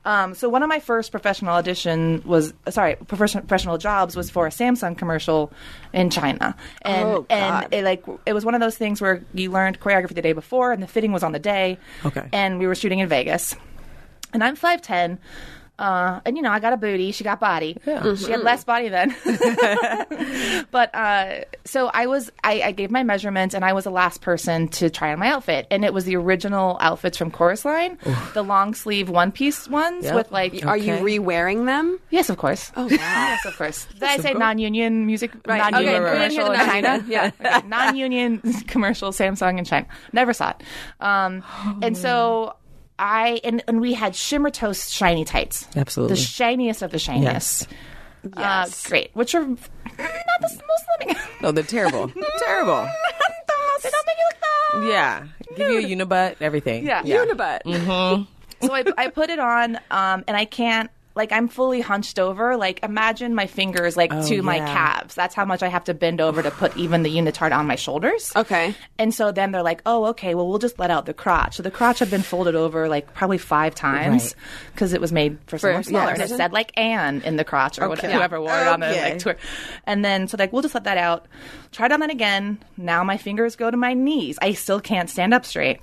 Um, so one of my first professional audition was uh, sorry profession- professional jobs was for a Samsung commercial in China, and
Oh, God.
and it like it was one of those things where you learned choreography the day before, and the fitting was on the day.
Okay.
and we were shooting in Vegas, and I'm five ten. Uh, and you know, I got a booty. She got body.
Mm-hmm.
She had less body then. but uh, so I was, I, I gave my measurements, and I was the last person to try on my outfit, and it was the original outfits from Chorus Line, the long sleeve one piece ones
Yep.
with like,
Are you re-wearing them?
yes, of course, oh wow, yes, of course. Did I say non union music, non
Okay,
union
we didn't hear
commercial
the
in China?
non-union. Yeah.
Okay, non-union commercial Samsung in China. Never saw it. Um, and so I and, and we had shimmer toast shiny tights.
Absolutely.
the shiniest of the shiniest. Uh, great, which are not the most living.
No, they're terrible. terrible.
they don't make you look that.
Yeah. Give you a unibutt, everything.
Yeah.
Unibutt.
Mm.
so I, I put it on, um, and I can't. Like I'm fully hunched over. Like imagine my fingers like to my
yeah.
calves. That's how much I have to bend over to put even the unitard on my shoulders.
Okay.
And so then they're like, "Oh, okay. Well, we'll just let out the crotch." So the crotch had been folded over like probably five times because it was made for, someone smaller, and it said like "Anne" in the crotch or whatever, whoever wore it on the
Okay.
like tour. And then so like we'll just let that out. Tried on that again. Now my fingers go to my knees. I still can't stand up straight.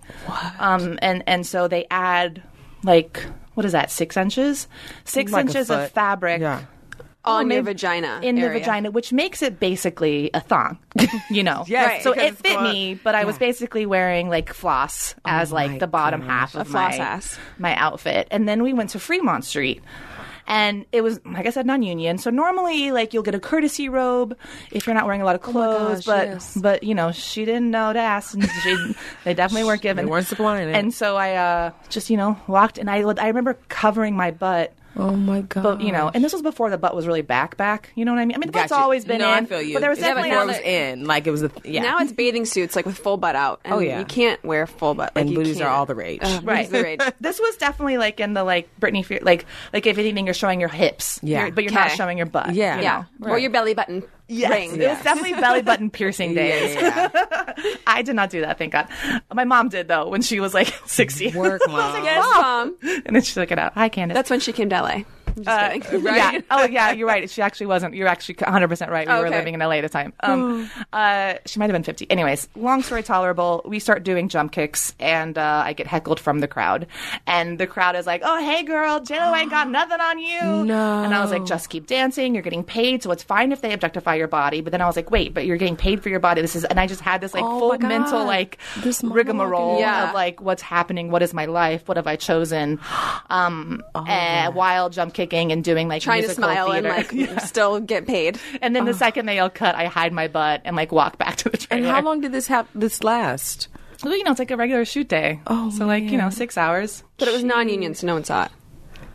Um, and and so they add like what is that? Six inches, six
Like a
inches
foot.
of fabric
Yeah.
On your
maybe-
vagina.
in the
area.
vagina, which makes it basically a thong, you know.
Yes, Right.
So
because
it
it's Oh
fit
going-
me, but I was basically wearing like floss as like the bottom half of
A floss
my
ass.
my outfit. And then we went to Fremont Street. And it was, like I said, non-union. So normally, like you'll get a courtesy robe if you're not wearing a lot of
gosh,
clothes. but
yes.
but you know, she didn't know to ask. And she, they definitely weren't given.
weren't supplying it.
And so I uh, just you know walked, and I I remember covering my butt
Oh my god.
but you know, and this was before the butt was really back back. You know what I mean? I mean, the butt's always been
no,
in.
I feel you.
But there was
It's
definitely
before it
another-
was in. Like it was the yeah.
Now it's bathing suits, like with full butt out. And
Oh, yeah.
You can't wear full butt. Like
And
you
booties are
can't.
all the rage.
Ugh,
Right.
booties are the rage.
This was definitely like in the like Britney Fe- like like if anything you're showing your hips,
Yeah.
You're- but you're not
Okay.
showing your butt.
Yeah.
you
Yeah.
know?
Or your belly button ring.
It was definitely belly button piercing
Yeah,
days.
yeah, yeah.
I did not do that, thank God. My mom did though when she was like sixty.
Work,
I was like,
Mom.
"Yes,
Mom.
Mom." And then she took it out. Hi, Candace.
That's when she came to LA. I'm just kidding.
Yeah. Oh, yeah. You're right. She actually wasn't. You're actually 100 percent right. We were
Okay.
living in LA at the time. Um, uh, she might have been 50. Anyways, long story tolerable. We start doing jump kicks, and uh, I get heckled from the crowd, and the crowd is like, "Oh, hey, girl, J Lo ain't got nothing on you." No. And I was like, "Just keep dancing. You're getting paid, so it's fine if they objectify your body." But then I was like, "Wait, but you're getting paid for your body. This is..." And I just had this like
Oh, my
full
God.
mental like
This monologue.
rigmarole
Yeah.
of like, "What's happening? What is my life? What have I chosen?" Um, uh, while jump kicking and doing like
Trying to
musical
smile
theater.
and like still get paid.
And then the second they yell cut, I hide my butt and like walk back to the
and
trailer.
how long did this hap- this last?
Well, you know, it's like a regular shoot day.
Oh,
so like you know, six hours.
But it was non-union, so no one saw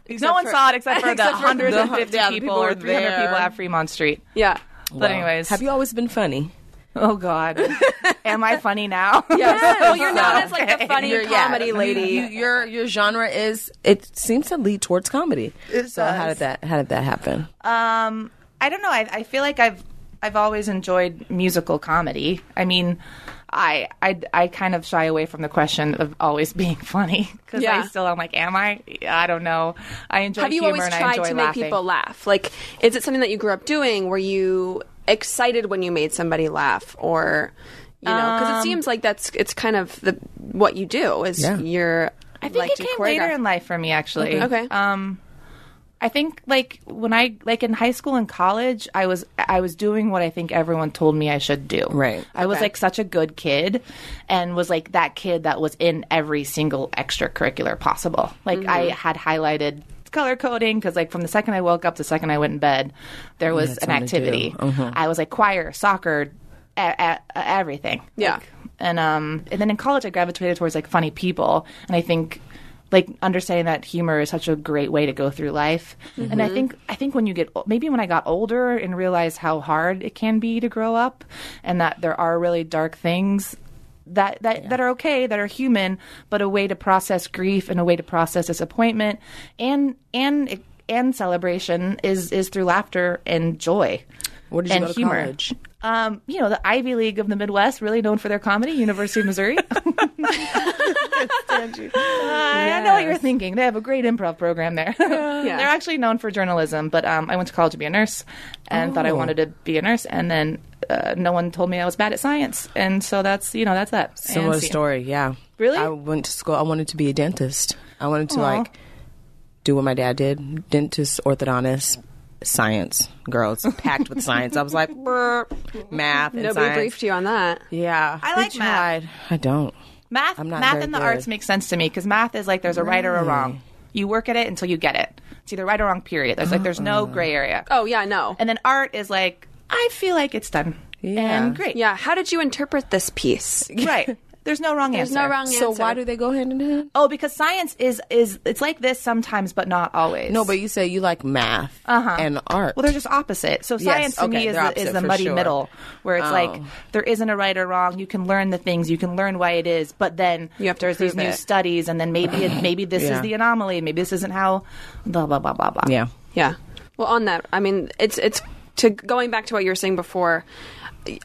it.
no one
for-
saw it except for the
except for
150
the- yeah, the
people,
people
or
were
300
there.
people at Fremont Street.
Yeah.
But anyways,
Have you always been funny?
oh god, am I funny now?
Yes. Well, you're Mm-hmm. known as like the funny
You're- yeah.
comedy lady.
You- your your genre is it seems to lead towards comedy. so how did that how did that happen?
Um, I don't know. I, I feel like I've I've always enjoyed musical comedy. I mean, I I I kind of shy away from the question of always being funny because
Yeah.
I still I'm like, am I? I don't know. I enjoy
Have you
humor
always
and I
tried
enjoy
to
laughing.
make people laugh? Like, is it something that you grew up doing? Were you excited when you made somebody laugh, or you know? Because it seems like that's it's kind of the what you do is
Yeah.
you're.
I think
like
it
to
came
choreograph.
later in life for me, actually.
Okay. Okay.
Um, I think like when I like in high school and college, I was I was doing what I think everyone told me I should do.
Right.
I was
Okay.
like such a good kid, and was like that kid that was in every single extracurricular possible. Like I
Mm-hmm.
had highlighted color coding because like from the second I woke up to the second I went in bed, there was an
something to do.
activity.
Uh-huh.
I was like choir, soccer, e- e- everything.
Yeah.
Like, and um and then in college I gravitated towards like funny people and I think like understanding that humor is such a great way to go through life and
Mm-hmm.
I think I think when you get o- maybe when I got older and realized how hard it can be to grow up and that there are really dark things that that, that are okay that are human but a way to process grief and a way to process disappointment and and and celebration is is through laughter and joy
Where did you
and
go to
humor.
college?
Um, you know, the Ivy League of the Midwest, really known for their comedy, University of Missouri. Uh, I know what you're thinking. They have a great improv program there. They're actually known for journalism, but um, I went to college to be a nurse and thought I
Oh.
wanted to be a nurse, and then uh, no one told me I was bad at science, and so that's you know that's that.
Similar
And see-
story, yeah.
Really?
I went to school. I wanted to be a dentist. I wanted to like do what my dad did: dentist, orthodontist, science. Girls packed with science. I was like, "Brr, math and
Nobody
science.
briefed you on that.
Yeah,
I
we
like math.
tried. I don't.
Math,
I'm not
math,
very
and the
good.
arts makes sense to me because math is like there's a right or a wrong. You work at it until you get it. It's either right or wrong. Period. There's like there's
Uh-uh.
no gray area.
Oh yeah, no.
And then art is like, I feel like it's done.
Yeah.
And great.
yeah, how did you interpret this piece?
Right. There's no wrong
There's
answer.
no wrong
So
answer.
why do they go hand in hand?
Oh, because science is is it's like this sometimes, but not always.
No, but you say you like math and art.
Uh-huh. well, they're just opposite. So
Yes,
science to
okay,
me is
they're
the, is
opposite
the
for
muddy
sure.
middle, where it's like
Oh.
there isn't a right or wrong. You can learn the things, you can learn why it is, but then
You have to
there's these
prove
new
it.
studies, and then maybe it, maybe this
Yeah.
is the anomaly, maybe this isn't how, blah blah blah blah blah.
yeah.
Yeah. Well, on that, I mean, it's it's to going back to what you were saying before.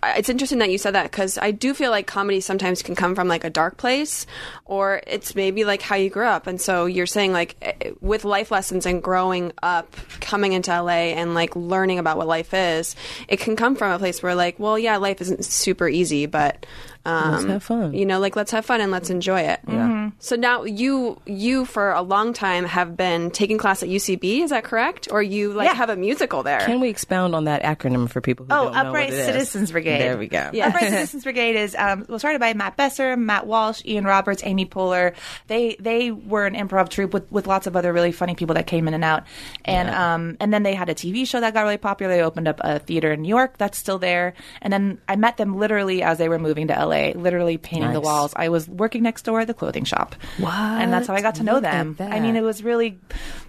I- It's interesting that you said that because I do feel like comedy sometimes can come from like a dark place, or it's maybe like how you grew up. And so you're saying like eh, with life lessons and growing up, coming into LA and like learning about what life is, it can come from a place where like, well, yeah, life isn't super easy, but um,
Let's have fun.
You know, like let's have fun and let's enjoy it. So now you you for a long time have been taking class at UCB, is that correct? Or you like
Yeah.
have a musical there?
Can we expound on that acronym for people who
Oh,
don't know what
Upright
it is?
Citizens Brigade.
There we go.
Yeah.
Upright Citizens Brigade is um, was started by Matt Besser, Matt Walsh, Ian Roberts, Amy Poehler. They they were an improv troupe with, with lots of other really funny people that came in and out, and um and then they had a TV show that got really popular. They opened up a theater in New York that's still there, and then I met them literally as they were moving to LA, literally painting the
Nice.
walls. I was working next door at the clothing shop, and that's how I got to know
Look at
them. I
that.
mean, it was really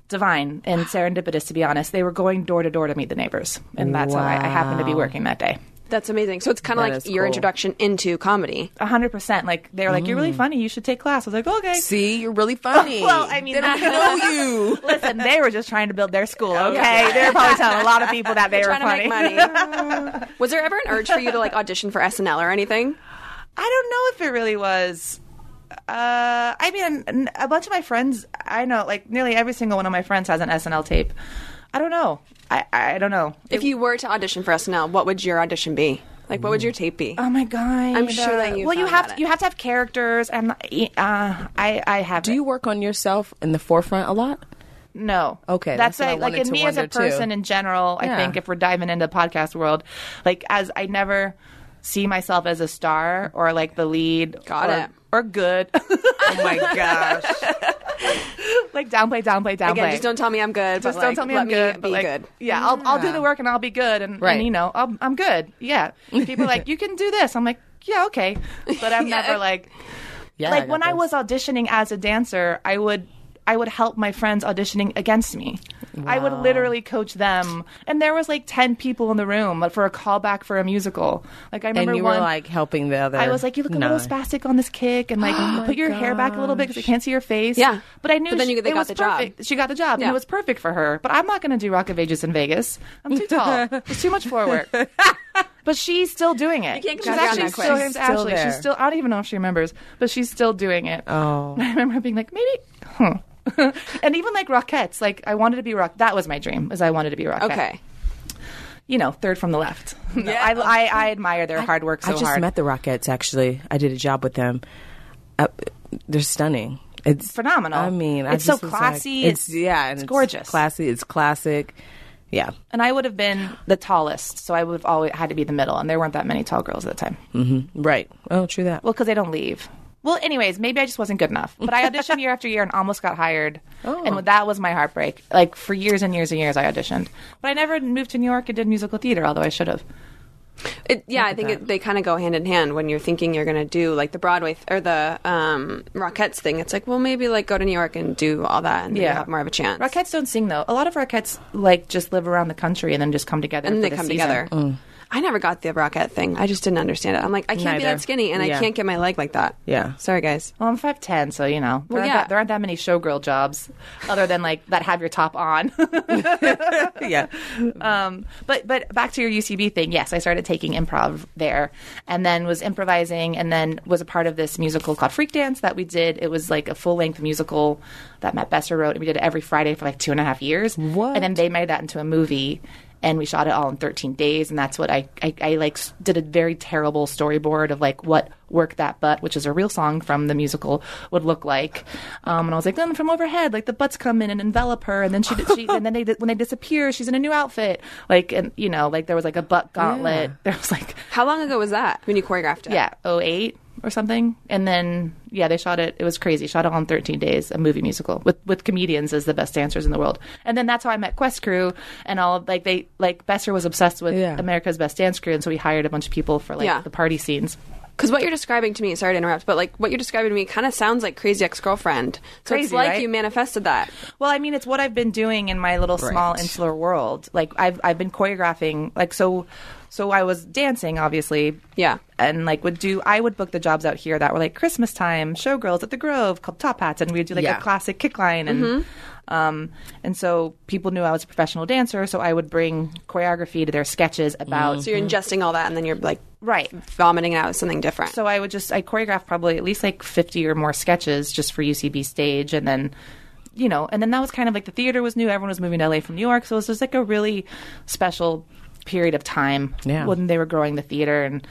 divine and serendipitous to be honest. They were going door to door to meet the neighbors, and that's how I, I happened to be working that day.
That's amazing. So it's kind of
That
like
is
your
cool.
introduction into comedy.
A hundred percent. Like they were like, "You're really funny. You should take class." I was like, "Okay."
Mm. See, you're really funny.
Well, I mean,
then I know you. Oh,
listen, they were just trying to build their school. Okay, they were probably telling a lot of people that they were
Trying
funny.
to make money. Was there ever an urge for you to like audition for SNL or anything?
I don't know if it really was. Uh, I mean, n- a bunch of my friends, I know, like nearly every single one of my friends has an SNL tape. I don't know. I I don't know.
If you were to audition for SNL, what would your audition be? Like what would your tape be?
Oh my god!
I'm sure that you
Well, you
thought
have
about
to,
it.
you have to have characters, and uh, I I have.
Do you work on yourself in the forefront a lot?
No.
Okay,
That's,
that's what I
like, like
wanted
in
to
me as a
wonder, too.
person in general, I
Yeah.
think if we're diving into the podcast world, like as I never see myself as a star or like the lead
Got
or,
it.
or good.
Oh my gosh.
like downplay, downplay, downplay.
Again, just don't tell me I'm good.
Just
but,
don't
like,
tell me
let
I'm good.
Be
but like,
good.
Yeah, I'll, I'll do the work and I'll be good. And, and,
Right.
you know, I'll, I'm good. Yeah. People are like, you can do this. I'm like, yeah, okay. But I'm never like,
Yeah,
like
got
when I
this.
was auditioning as a dancer, I would I would help my friends auditioning against me. I would literally coach them, and there was like ten people in the room like, for a callback for a musical. Like I remember
and you
one.
were like helping the other.
I was like, you look a little
nine.
spastic on this kick, and like put your hair back a little bit because I can't see your face.
Yeah.
but I knew
But then
she-
you- they
it
got
was
the job.
perfect. She got the job, and
Yeah.
it was perfect for her. But I'm not going to do Rock of Ages in Vegas. I'm too tall. It's too much floor work. But she's still doing it.
You can't get
she's
around
actually
that quick.
still,
She's
Ashley.
still there.
She's still. I don't even know if she remembers, but she's still doing it.
Oh.
I remember being like, maybe. Huh. and even like Rockettes, like I wanted to be Rock. That was my dream, was I wanted to be Rockette.
Okay.
You know, third from the left. No, I, I, I admire their hard work so
I just
hard.
met the Rockettes. Actually, I did a job with them. Uh, they're stunning. It's
Phenomenal.
I mean, I
It's so
just was like-
classy,
it's,
it's-
yeah, and
it's gorgeous.
Classy. It's classic. Yeah.
and I would have been the tallest, so I would have always had to be the middle, and there weren't that many tall girls at the time.
Right. Oh, true that.
Well, because they don't leave. Well, anyways, maybe I just wasn't good enough. But I auditioned year after year and almost got hired. And that was my heartbreak. Like for years and years and years, I auditioned. But I never moved to New York and did musical theater, although I should have.
It, yeah, I think it, they kind of go hand in hand when you're thinking you're going to do like the Broadway th- or the um, Rockettes thing. It's like, well, maybe like go to New York and do all that, and then you'll have more of a chance.
Rockettes don't sing though. A lot of Rockettes like just live around the country and then just come together.
and then they
for the
come
season.
together. I never got the Rockette thing. I just didn't understand it. I'm like, I can't be
Neither.
that skinny, and
Yeah.
I can't get my leg like that.
Yeah.
Sorry, guys.
Well, I'm five ten, so you know there,
Well,
aren't
yeah.
that, there aren't that many showgirl jobs, other than like that have your top on.
yeah.
Mm.
um, but but back to your UCB thing. Yes, I started taking improv there, and then was improvising, and then was a part of this musical called Freak Dance that we did. It was like a full length musical that Matt Besser wrote, and we did it every Friday for like two and a half years.
What?
And then they made that into a movie. And we shot it all in 13 days, and that's what I, I I like s- did a very terrible storyboard of like what "Work That Butt," which is a real song from the musical, would look like. Um, and I was like, then from overhead, like the butts come in and envelop her, and then she, she and then they when they disappear, she's in a new outfit. Like and you know, like there was like a butt gauntlet. There was like
How long ago was that when you choreographed it?
yeah, 08 or something. And then yeah, they shot it. It was crazy. Shot it all in 13 days, a movie musical with with comedians as the best dancers in the world. And then that's how I met Quest Crew and all of like they like Besser was obsessed with
Yeah.
America's Best Dance Crew, and so we hired a bunch of people for like
Yeah.
the party scenes.
Because what you're describing to me, sorry to interrupt, but like what you're describing to me kind of sounds like Crazy Ex Girlfriend. So it's
Crazy,
like
right?
you manifested that.
Well, I mean, it's what I've been doing in my little small insular world. Like I've I've been choreographing. Like so, so I was dancing, obviously.
Yeah.
And like would do I would book the jobs out here that were like Christmas time, showgirls at the Grove called Top Hats, and we'd do like
Yeah.
a classic kick line and. Um, and so people knew I was a professional dancer, so I would bring choreography to their sketches about
So you're ingesting all that, and then you're like
right.
vomiting it out with something different.
So I would just I choreographed probably at least like fifty or more sketches just for UCB stage, and then you know, and then that was kind of like the theater was new. Everyone was moving to LA from New York, so it was just like a really special period of time
Yeah.
when they were growing the theater and.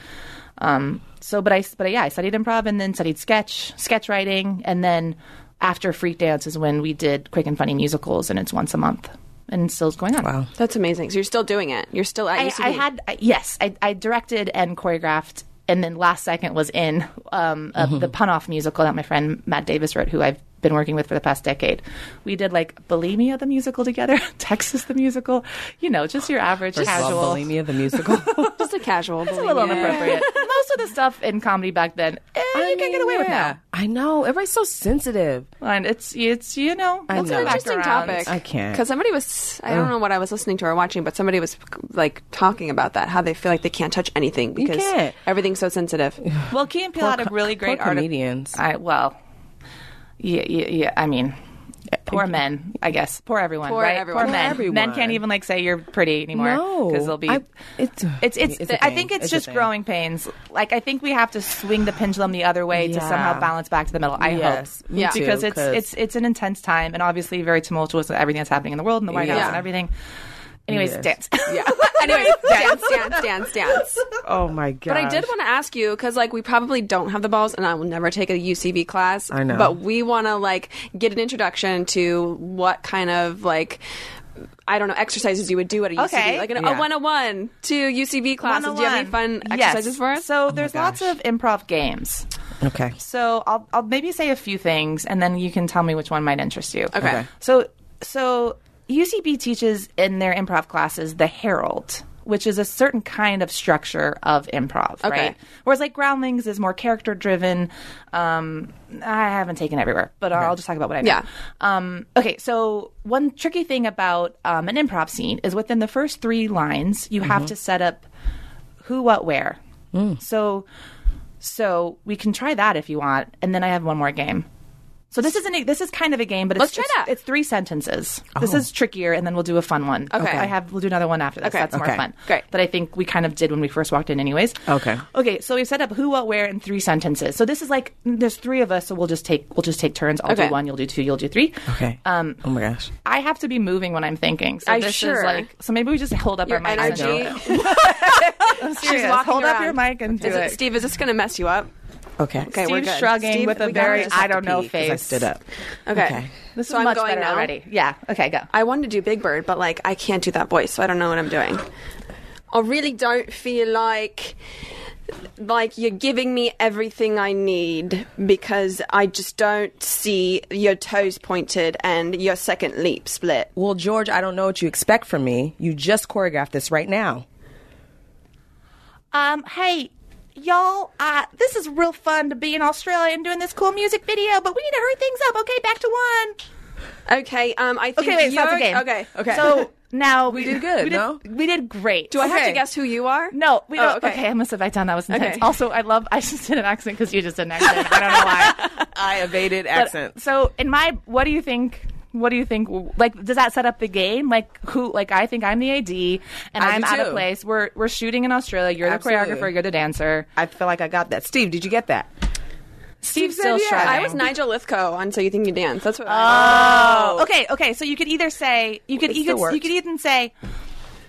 Um, so, but I, but yeah, I studied improv and then studied sketch, sketch writing, and then after Freak Dance is when we did quick and funny musicals, and it's once a month, and still is going on. Wow,
That's amazing. So you're still doing it. You're still at
I,
UCB.
I had I, yes, I, I directed and choreographed, and then last second was in um,
Mm-hmm.
uh the pun off musical that my friend Matt Davis wrote, who I've been working with for the past decade. We did like Bulimia the musical together, Texas the musical, you know, just your average casual.
Bulimia the musical.
just a casual.
It's a little inappropriate. Most of the stuff in comedy back then, eh, you
I
can get
mean,
away with
Oh, yeah.
now.
I know. Everybody's so sensitive.
And it's it's you know,
I
it's
know.
an
interesting topic.
I can't.
Because somebody was, I don't know what I was listening to or watching, but somebody was like talking about that, how they feel like they can't touch anything because
can't.
everything's so sensitive.
Well, Key and Peele had a really great
Poor
article.
comedians.
I well, yeah, yeah, yeah. I mean, poor men, I guess. Poor everyone,
Poor
right?
everyone.
Poor
Poor
men.
everyone.
Men can't even like say you're pretty anymore
No.
because they'll be.
I-
it's
it's-
it's.
it's a
I
thing.
think it's,
It's a
just
thing.
growing pains. Like I think we have to swing the pendulum the other way to
Yeah.
somehow balance back to the middle. I
Yes,
hope,
me Yeah. too,
because it's
'cause-
it's it's an intense time and obviously very tumultuous with everything that's happening in the world and the White House
Yeah.
and everything. Anyways,
Yes.
dance.
Yeah. Anyways, dance, dance, dance, dance.
Oh my god.
But I did want to ask you because, like, we probably don't have the balls, and I will never take a UCB class.
I know.
but we want to like get an introduction to what kind of like. I don't know exercises you would do at a UCB,
Okay.
like an,
Yeah.
a 101 to UCB class. Do you have any
101.
fun
Yes.
exercises for us?
So there's lots of improv games.
Okay.
So I'll I'll maybe say a few things, and then you can tell me which one might interest you.
Okay.
So so UCB teaches in their improv classes the Herald. Which is a certain kind of structure of improv, right? Whereas like Groundlings is more character driven. Um, I haven't taken everywhere, but I'll just talk about what I know.
Yeah.
Um, okay, so one tricky thing about um, an improv scene is within the first three lines, you
Mm-hmm.
have to set up who, what, where.
Mm.
So, so we can try that if you want, and then I have one more game. So this isn't a, this is kind of a game, but it's,
Let's try
it's-
that. Oh.
it's three sentences. This is trickier, and then we'll do a fun one.
Okay.
I have we'll do another one after this.
Okay.
That's more
Okay.
fun.
Great.
That I think we kind of did when we first walked in, anyways.
Okay.
Okay. So we've set up who, what, where in three sentences. So this is like there's three of us, so we'll just take we'll just take turns. I'll
Okay.
do one, you'll do two, you'll do three.
Okay. Um. Oh my gosh.
I have to be moving when I'm thinking. So
I-
this
sure.
is like so maybe we just hold up
Your
our mics.
energy.
And I'm serious.
walking
hold up
around.
your mic and do
Is
it.
it, Steve, is this going to mess you up?
Okay.
Okay, we're
Steve
good.
shrugging
Steve,
with a
we got
very
it.
I don't know
Because
face.
I stood up.
Okay.
Okay.
This
so
is
I'm
much
going
better
now.
already. Yeah. Okay. Go.
I wanted to do Big Bird, but like I can't do that voice, so I don't know what I'm doing. I really don't feel like like you're giving me everything I need because I just don't see your toes pointed and your second leap split.
Well, George, I don't know what you expect from me. You just choreographed this right now.
Um, hey, y'all, uh, this is real fun to be in Australia and doing this cool music video, but we need to hurry things up. Okay, back to one.
Okay, um, I think
Okay, wait,
you're,
stop the game.
Okay, okay.
So now we,
did good,
We did,
no?
we did great.
do I have to guess who you are?
No, we
Oh,
don't. okay. I must have. I done that was intense.
Okay.
Also, I love. I just did an accent because you just did an accent. I don't know why.
I evaded
But-
accents.
So, in my, what do you think? What do you think? Like, does that set up the game? Like, who? Like, I think I'm the AD, and
I
am
do
out of
too.
place. We're we're shooting in Australia. You're
Absolutely.
the choreographer. You're the dancer.
I feel like I got that. Steve, did you get that?
Steve's
said
still
yes.
shrugging.
I was Nigel Lithgow on So You Think You Dance. That's what. Oh,
Okay, okay. So you could either say you could
It
you
still
could, you
works.
could even say,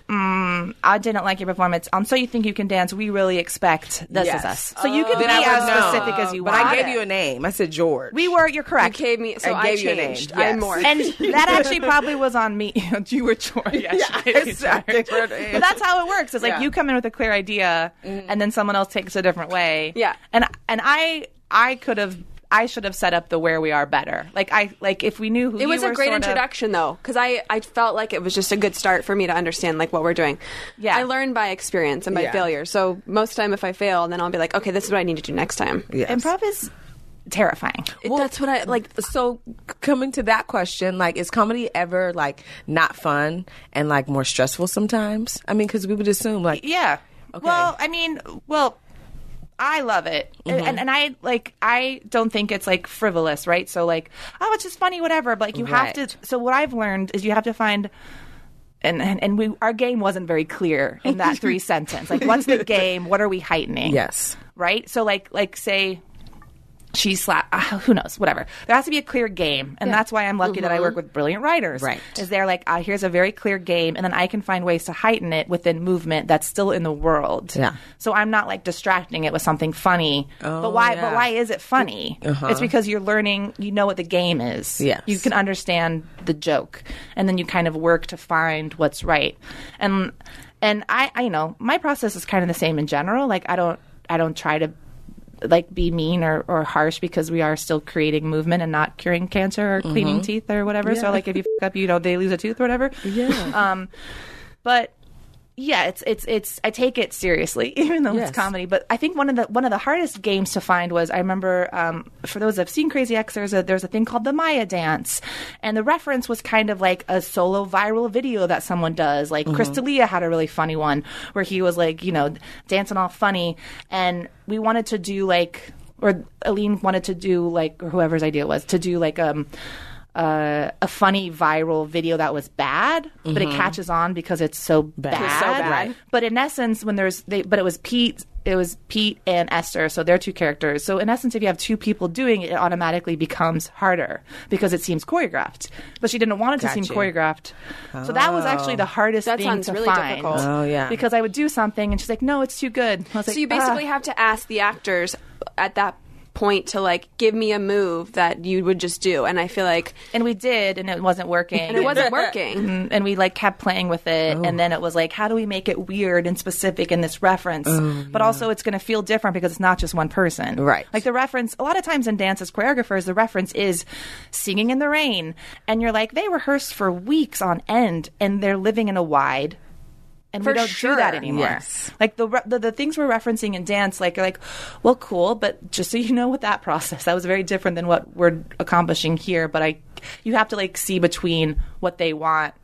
mm, "I didn't like your performance." Um, so you think you can dance? We really expect this
Yes.
is us. So you could be
Then I would
as
know.
specific as you
But
want.
I gave you a name. I said George.
We were. You're correct.
You gave me. So
I
I,
gave you a name,
changed.
yes.
I'm more.
and that actually probably was on me. you were George. Yeah, she did do
I
George.
think we're-
But that's how it works. It's like
Yeah. Mm-hmm.
you come in with a clear idea, and then someone else takes a different way.
Yeah.
and and I I could have. I should have set up the where we are better. Like I like if we knew who
It was
you
a
were
great
sort of-
introduction, though, because I, I felt like it was just a good start for me to understand like what we're doing.
Yeah.
I learn by experience and by
Yeah.
failure. So most time, if I fail, then I'll be like, okay, this is what I need to do next time.
Yes.
Improv is terrifying.
It- that's what I like.
so coming to that question like is comedy ever like not fun and like more stressful sometimes i mean because we would assume like
Yeah. Well, I mean, well, I love it, and and I like I don't think it's like frivolous, right? So like, oh, it's just funny, whatever. But like, you have
Right.
to. So what I've learned is you have to find. And, and and we our game wasn't very clear in that three sentence. Like, what's the game? What are we heightening?
yes
right? So like like say she slap uh, who knows whatever there has to be a clear game and that's why i'm lucky that i work with brilliant writers
Mm-hmm. Right.
is they're like uh, here's a very clear game and then i can find ways to heighten it within movement that's still in the world
Yeah. Oh,
so i'm not like distracting it with something funny but why but
yeah. Uh-huh.
why is it funny it's because you're learning you know what the game is
Yes.
you can understand the joke and then you kind of work to find what's right and and i, I you know my process is kind of the same in general like i don't i don't try to like be mean or, or harsh because we are still creating movement and not curing cancer or
Mm-hmm.
cleaning teeth or whatever so like if you fuck up you know they lose a tooth or whatever yeah um but yeah, it's it's it's I take it seriously, even though
Yes.
it's comedy. But I think one of the one of the hardest games to find was I remember um, for those that've seen Crazy X, there's a there's a thing called the Maya dance, and the reference was kind of like a solo viral video that someone does. Like Chris D'Elia had a really funny one where he was like you know dancing all funny, and we wanted to do like or Aline wanted to do like or whoever's idea it was to do like um uh, a funny viral video that was bad, but it catches on because it's so bad.
It's so Mm-hmm. bad. Right.
But in essence, when there's they, but it was Pete. It was Pete and Esther, so they're two characters. So in essence, if you have two people doing it, it automatically becomes harder because it seems choreographed. But she didn't want it to
Gotcha.
seem choreographed, so that was actually the hardest
That
thing
sounds
to
really
find.
difficult.
Oh, yeah.
because I would do something and she's like, "No, it's too good." I was like,
So you basically
"Ah."
have to ask the actors at that point to like give me a move that you would just do, and I feel like
and we did, and it wasn't working,
and it wasn't working.
and, and we like kept playing with it and then it was like how do we make it weird and specific in this reference but also it's going to feel different because it's not just one person
Right.
like the reference a lot of times in dance as choreographers the reference is singing in the rain and you're like they rehearsed for weeks on end and they're living in a wide and
For
we don't
sure.
do that anymore.
Yes.
Like the, re- the the things we're referencing in dance, like you're like, well, cool, but just so you know, with that process, that was very different than what we're accomplishing here. But I, you have to like see between what they want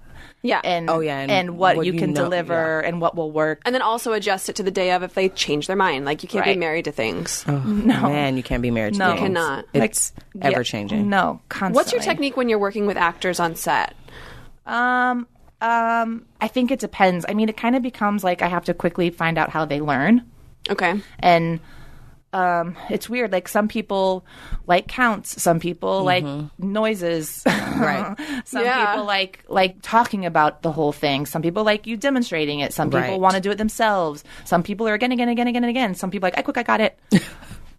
Yeah.
and
Oh, yeah,
and,
and
what,
what
you
you
can
know-
deliver and what will work.
And then also adjust it to the day of if they change their mind. Like you can't
Right.
be married to things.
Man, you can't be married to
No.
things.
You
cannot.
It's
Yeah.
ever changing.
No, constantly.
What's your technique when you're working with actors on set?
Um, um, I think it depends. I mean, it kind of becomes like I have to quickly find out how they learn.
Okay.
and um, it's weird. Like some people like counts, some people like noises,
Right.
some
Mm-hmm. Yeah.
people like like talking about the whole thing. Some people like you demonstrating it. Some people
Right.
want to do it themselves. Some people are again, again, again, again, and again. Some people like I quick, I got it.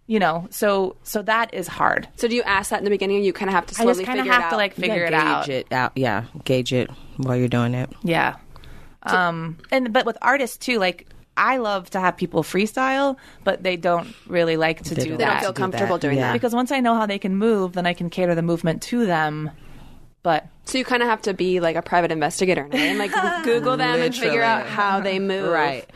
you know, so so that is hard.
So do you ask that in the beginning? or You kind of have to
I
slowly
just kind of
figure it
have
out.
to like
You gotta
figure it
gauge
out.
it out. Yeah, gauge it while you're doing it.
Yeah. Um and but with artists too, like I love to have people freestyle, but they don't really like to do
don't
they
that.
don't feel
do
comfortable
that.
doing
Yeah.
that.
because once I know how they can move, then I can cater the movement to them. But
So you kind of have to be like a private investigator in a way, and like Google them and figure out how they move.
Right.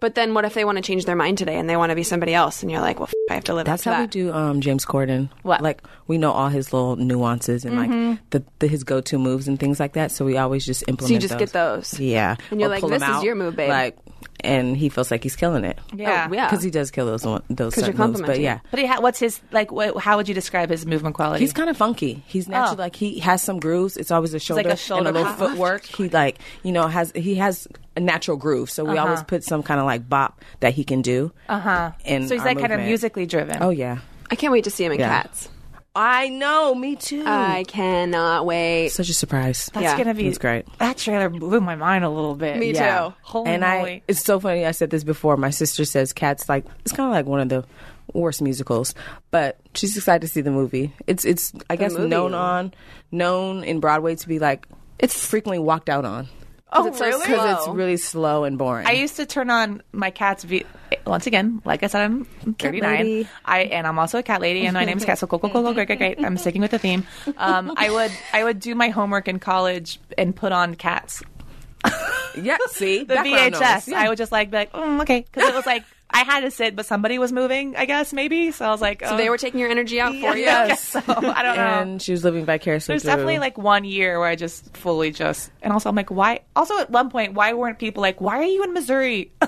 But then what if they want to change their mind today and they want to be somebody else? And you're like, well, f- I have to live
That's
up to
how we
that.
do um, James Corden.
What?
Like we know all his little nuances and like the, the his go to moves and things like that. So we always just implement.
Mm-hmm. So you just
those.
get those.
Yeah,
And you're
Or
like,
pull
this
them
is
out,
your move, babe.
Like, and he feels like he's killing it.
yeah,
Oh, yeah.
because he does kill those one- those
'Cause you're
certain moves. But
complimenting.
yeah,
But he ha- what's his like? Wh- how would you describe his movement quality?
He's kind of funky. He's naturally like he has some grooves. It's always a shoulder,
Oh. like a shoulder
and a little
pop.
footwork. He like you know has he has a natural groove. So
Uh-huh.
we always put some kind of like bop that he can do. Uh huh. And
so he's like kind of musically driven.
Oh yeah.
I can't wait to see him in
Yeah.
Cats.
I know. Me too.
I cannot wait.
Such a surprise.
that's
yeah.
gonna be
That's great.
That trailer blew my mind a little bit.
Me
Yeah.
too.
Holy
and
moly.
I, it's so funny. I said this before. My sister says Cats like it's kind of like one of the worst musicals, but she's excited to see the movie. It's it's I guess
movie.
known on known in Broadway to be like it's frequently walked out on
Oh,
it's so
really?
slow.
because it's really slow and boring.
I used to turn on my cat's v- once again. Like I said, I'm 39.
lady.
I and I'm also a cat lady, and my name's Cat. So cool, cool, cool, cool, great, great, great. I'm sticking with the theme. Um, I would I would do my homework in college and put on cats.
yeah, see
the
Background noise.
VHS.
Yeah.
I would just like be like, mm, okay, because it was like I had to sit, but somebody was moving. I guess maybe. So I was like,
So they were taking your energy out for you.
Yes. So I don't know.
and she was living vicariously.
uh, There's
through-
definitely like one year where I just fully just, and also I'm like, why? Also at one point, why weren't people like, why are you in Missouri?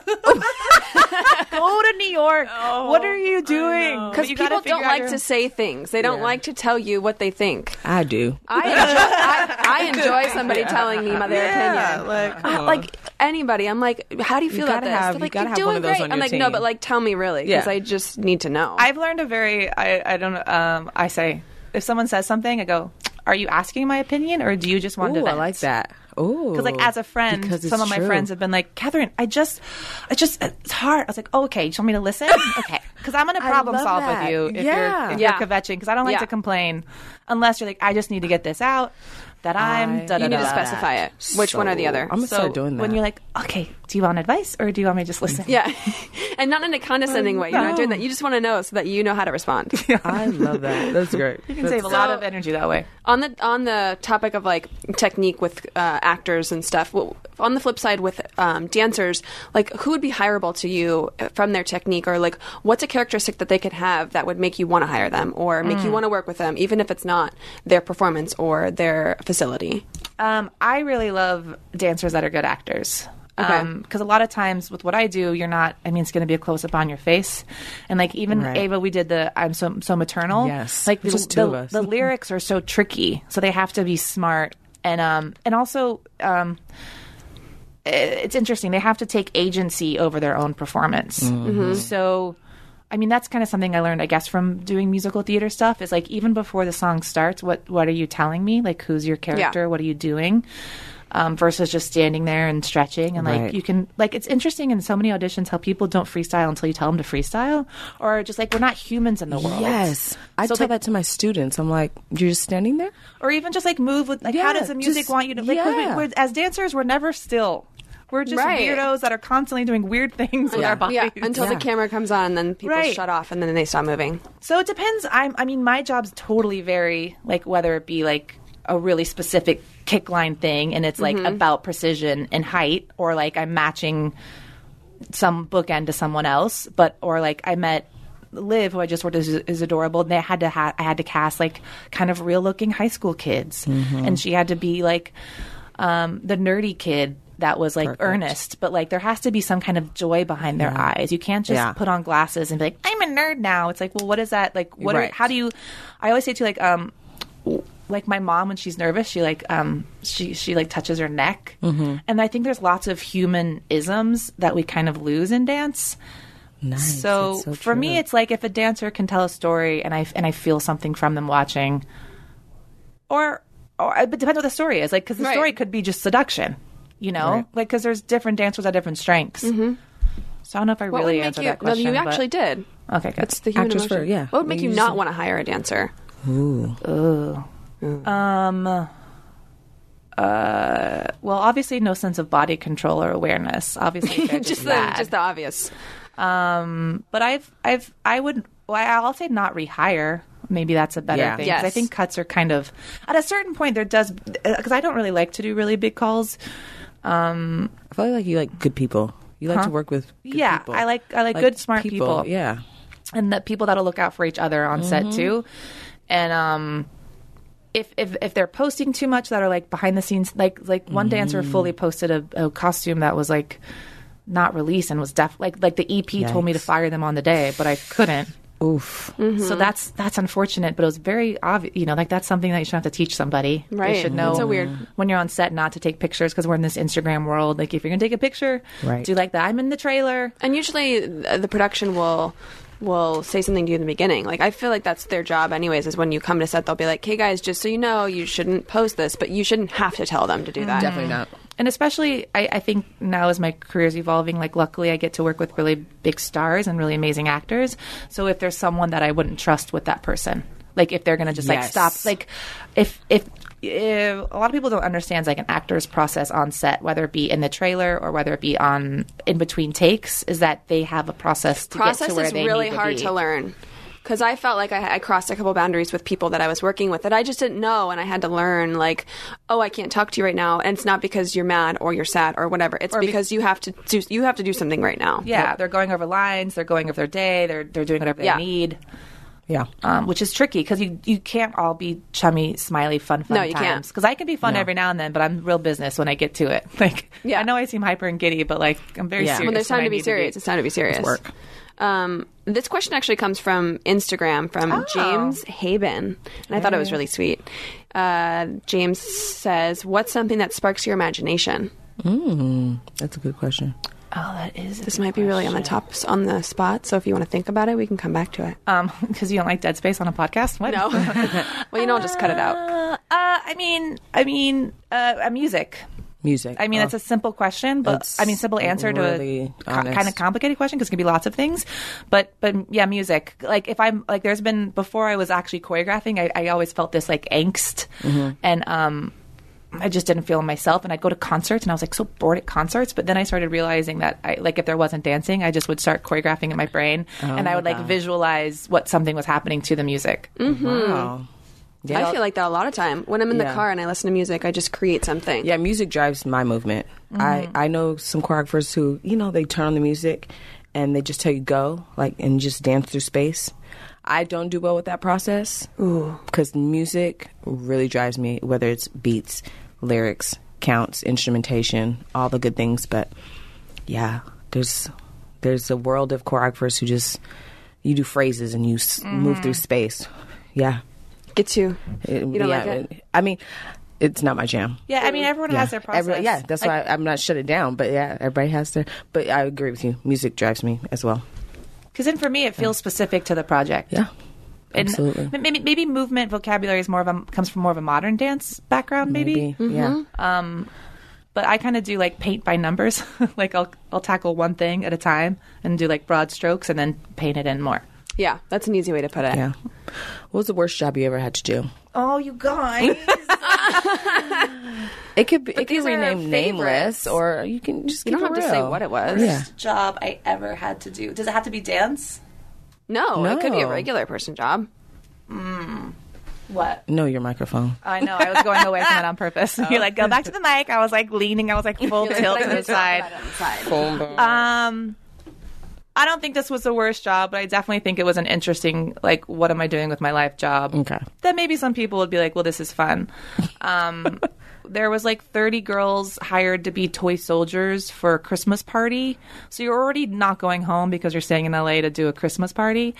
Go to New York.
Oh,
what are you doing?
Because
You
people
gotta
don't
figure out
like
your-
to say things. They don't like to tell you what they think.
I do.
I enjoy, I, I enjoy somebody telling me my their opinion.
like,
I- like anybody, I'm like, how do you feel about
gotta
this?
have-
They're
you
like,
gotta
are
have
doing
one of those
great.
on
I'm
your
like, no,
team.
but like, tell me really, because
Yeah.
I just need to know.
I've learned a very I I don't um I say if someone says something, I go, are you asking my opinion or do you just want to?
Ooh, I
vent?"
like that. Ooh,
because like as a friend
Because it's
some of my
true.
friends have been like catherine i just i just it's hard i was like oh, okay you just want me to listen okay because i'm gonna problem
love
solve
that.
with you if
Yeah.
you're if
Yeah.
you're kvetching because i don't like
Yeah.
to complain unless you're like i just need to get this out that i'm da, da,
you need to
da, da, da.
specify it. Which one or the other?
I'm gonna
so
start doing that
when you're like okay do you want advice or do you want me to just listen
yeah, and not in a condescending way. You're not doing that. You just want to know so that you know how to respond.
I love that. That's great.
you can save a lot of energy that way
on the on the topic of like technique with uh, actors and stuff well, on the flip side with um, dancers like who would be hireable to you from their technique or like what's a characteristic that they could have that would make you want to hire them or make you want to work with them even if it's not their performance or their facility
Um, I really love dancers that are good actors.
Okay.
Because a lot of times with what I do, you're not. I mean, it's going to be a close up on your face, and like even
Right.
Ava, we did the "I'm so so maternal."
Yes.
like the,
Just two
the,
of us.
the lyrics are so tricky, so they have to be smart and um and also um it's interesting. They have to take agency over their own performance.
Mm-hmm.
So, I mean, that's kind of something I learned, I guess, from doing musical theater stuff. Is like even before the song starts, what what are you telling me? Like, who's your character? What are you doing? Um, versus just standing there and stretching, and like
Right.
you can like it's interesting in so many auditions how people don't freestyle until you tell them to freestyle, or just like we're not humans in the world.
Yes, I
So,
tell
like-
that to my students. I'm like, you're just standing there.
or even just like move with like how
Yeah,
does the music
just-
want you to like 'cause we-
yeah.
we're- as dancers we're never still we're just
Right.
weirdos that are constantly doing weird things with our bodies
yeah until the camera comes on and then people
Right.
shut off and then they stop moving
so it depends i'm i mean my jobs totally vary like whether it be like a really specific kick line thing and it's like
Mm-hmm.
about precision and height or like i'm matching some bookend to someone else, but or like I met Liv, who I just worked with, is, is adorable, and they had to
Mm-hmm.
ha- I had to cast like kind of real looking high school kids, and she had to be like um, the nerdy kid that was like earnest, but like there has to be some kind of joy behind their eyes. You can't just
Yeah.
put on glasses and be like, "I'm a nerd now." It's like, well, what is that? Like, what?
Right.
Are, how do you? I always say to like, um, like my mom when she's nervous, she like, um, she she like touches her neck,
Mm-hmm.
and I think there's lots of human isms that we kind of lose in dance.
Nice.
So,
That's so
for me,
true.
it's like if a dancer can tell a story and I and I feel something from them watching, or or it depends what the story is. Like because the
Right.
story could be just seduction, you know, Like 'cause like because there's different dancers at different strengths. So I don't know if I
Mm-hmm. What
really
would make
answered
you?
that question.
no, you
but-
actually did.
Okay, good.
It's the human
Actors
emotion.
for- yeah.
What would make
We
you
use
not
them.
want to hire a dancer?
Um, uh, well, obviously, no sense of body control or awareness. Obviously, they're just
Just
that.
the just the obvious.
but I've I've I would well, I'll say not rehire. Maybe that's a better
Yeah.
thing. 'cause I
Yes.
think cuts are kind of at a certain point there does because I don't really like to do really big calls.
I feel like you like good people. You like to work with good
Yeah,
people.
I like I like, good smart people.
Yeah.
and the people that'll look out for each other on set
Mm-hmm.
too. And um, if if if they're posting too much that are like behind the scenes, like like one dancer
Mm-hmm.
fully posted a, a costume that was like not released and was def like like the EP told me to fire them on the day, but I couldn't.
Oof.
Mm-hmm.
So that's that's unfortunate, but it was very obvious. You know, like that's something that you should have to teach somebody.
Right.
They should know.
It's so weird.
when you're on set not to take pictures because we're in this Instagram world. Like if you're gonna take a picture,
Right.
do like the I'm in the trailer.
And usually th- the production will will say something to you in the beginning. Like I feel like that's their job anyways is when you come to set they'll be like, "Hey guys, just so you know, you shouldn't post this, but you shouldn't have to tell them to
Mm,
do that."
Definitely not.
and especially I, I think now as my career's evolving like luckily i get to work with really big stars and really amazing actors so if there's someone that i wouldn't trust with that person like if they're gonna just like
Yes.
stop like if if if a lot of people don't understand like an actor's process on set whether it be in the trailer or whether it be on in between takes is that they have a process to get
process
to where
is
they
really
need to
hard
be.
to learn because i felt like I, I crossed a couple boundaries with people that i was working with that i just didn't know and i had to learn like oh i can't talk to you right now and it's not because you're mad or you're sad or whatever it's because you have to do you have to do something right now
yeah they're going over lines they're going over their day they're they're doing whatever
Yeah.
they need
Yeah.
um, which is tricky because you you can't all be chummy, smiley, fun, fun
No, you can't.
times. Because I can be fun every now and then, but I'm real business when I get to it. Like,
Yeah.
I know I seem hyper and giddy, but like I'm very
Yeah.
serious.
when there's time
I
to be
need
serious it's time to be serious
work.
um, this question actually comes from Instagram from
Oh.
James Haben, and I thought it was really sweet. Uh, James says, "What's something that sparks your imagination?"
That's a good question.
Oh, that is
This might be really on the top on the spot, so if you want to think about it, we can come back to it.
um because you don't like dead space on a podcast. What?
No. well, you know, I'll just cut it out.
Ah.
Uh, uh, I mean, I mean, uh, uh, music.
Music.
I mean,
Oh.
it's a simple question, but
That's
I mean, simple answer
really
to a
honest.
kind of complicated question because it can be lots of things. But but yeah, music. Like if I'm like, there's been before I was actually choreographing, I, I always felt this like angst,
Mm-hmm.
and um, I just didn't feel myself. And I'd go to concerts, and I was like so bored at concerts. But then I started realizing that I like if there wasn't dancing, I just would start choreographing in my brain,
Oh
and I would like visualize what something was happening to the music.
Mm-hmm. Wow. Yeah.
I feel like that a lot of time. When I'm in the
Yeah.
car and I listen to music, I just create something.
Yeah, music drives my movement.
Mm-hmm.
I, I know some choreographers who, you know, they turn on the music and they just tell you go, like, and just dance through space. I don't do well with that process because music really drives me, whether it's beats, lyrics, counts, instrumentation, all the good things. But yeah, there's there's a world of choreographers who just you do phrases and you s- move through space. Yeah,
Get you.
It-
Mm-hmm. You don't
yeah,
like it?
I mean, it's not my jam.
Yeah, I mean, everyone has their process.
Every- yeah, that's why I'm not shut it down. But yeah, everybody has their. But I agree with you. Music drives me as well.
Because then for me, it feels specific to the project.
Yeah,
And
absolutely.
m- Maybe, maybe movement vocabulary is more of a comes from more of a modern dance background, maybe. Mm-hmm.
Yeah,
But I kind of do like paint by numbers. like I'll I'll tackle one thing at a time and do like broad strokes and then paint it in more.
Yeah, that's an easy way to put it.
yeah. What was the worst job you ever had to do?
Oh, you guys!
It could be. it
these
could
are
rename
favorites.
nameless, or you can just.
You don't have to say what it was.
Yeah.
job I ever had to do. Does it have to be dance?
No, it could be a
No.
regular person job.
What?
No, your microphone.
I know. I was going away from that on purpose. You're like, go back to the mic. I was like leaning. I was like full tilt to the side. Um, I don't think this was the worst job, but I definitely think it was an interesting, like, what am I doing with my life job?
Okay.
That maybe some people would be like, well, this is fun. Um, there was like 30 girls hired to be toy soldiers for a Christmas party. So you're already not going home because you're staying in LA to do a Christmas party.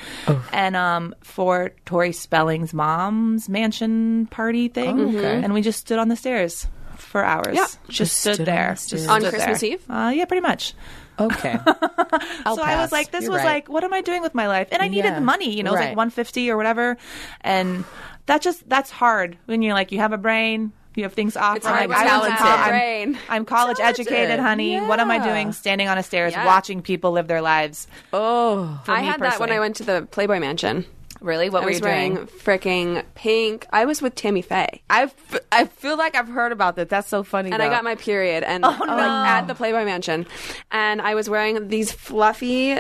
And um, for Tori Spelling's mom's mansion party thing. And we just stood on the stairs for hours.
Yeah.
Just, stood,
stood on
there.
the stairs.
Just
On
stood
Christmas
there.
Eve?
Uh, yeah, pretty much
Okay.
so I was like, this
You're
was
right.
like, what am I doing with my life? And I needed
Yeah.
the money, you know, it was
Right.
like 150 or whatever. And that just, that's hard when you're like, you have a brain, you have things off.
It's
I'm
hard
like,
to
I don't
balance
have-
that
I'm-
brain.
I'm, college
Talented.
educated, honey. What am I
Yeah.
doing standing on a stairs
Yeah.
watching people live their lives?
oh.
For
I
me
had that when
personally.
I went to the Playboy Mansion.
Really? What
I
were
was
you
wearing
doing?
freaking pink. I was with Tammy Faye,
I, f- I feel like I've heard about that. That's so funny.
Oh
and I got my period,
Oh,
and like, at the Playboy Mansion, and I was wearing these fluffy,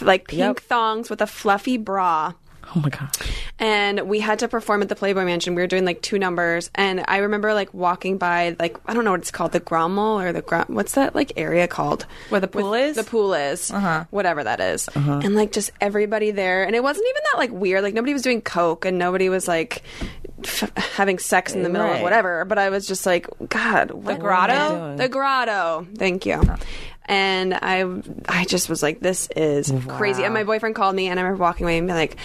like pink
Yep.
thongs with a fluffy bra.
Oh my god.
and we had to perform at the Playboy Mansion. We were doing like two numbers, and I remember like walking by like I don't know what it's called, the Grommel or the Grom. What's that like area called
Where the pool is? Uh-huh.
The pool is whatever that is. and like just everybody there, and it wasn't even that like weird. Like nobody was doing coke, and nobody was like f- having sex in the middle of
Right.
whatever. But I was just like, God, what
grotto?
doing?
the grotto. Thank you.
Oh.
And I, I just was like, this is crazy. And my boyfriend called me, and I remember walking away and being like,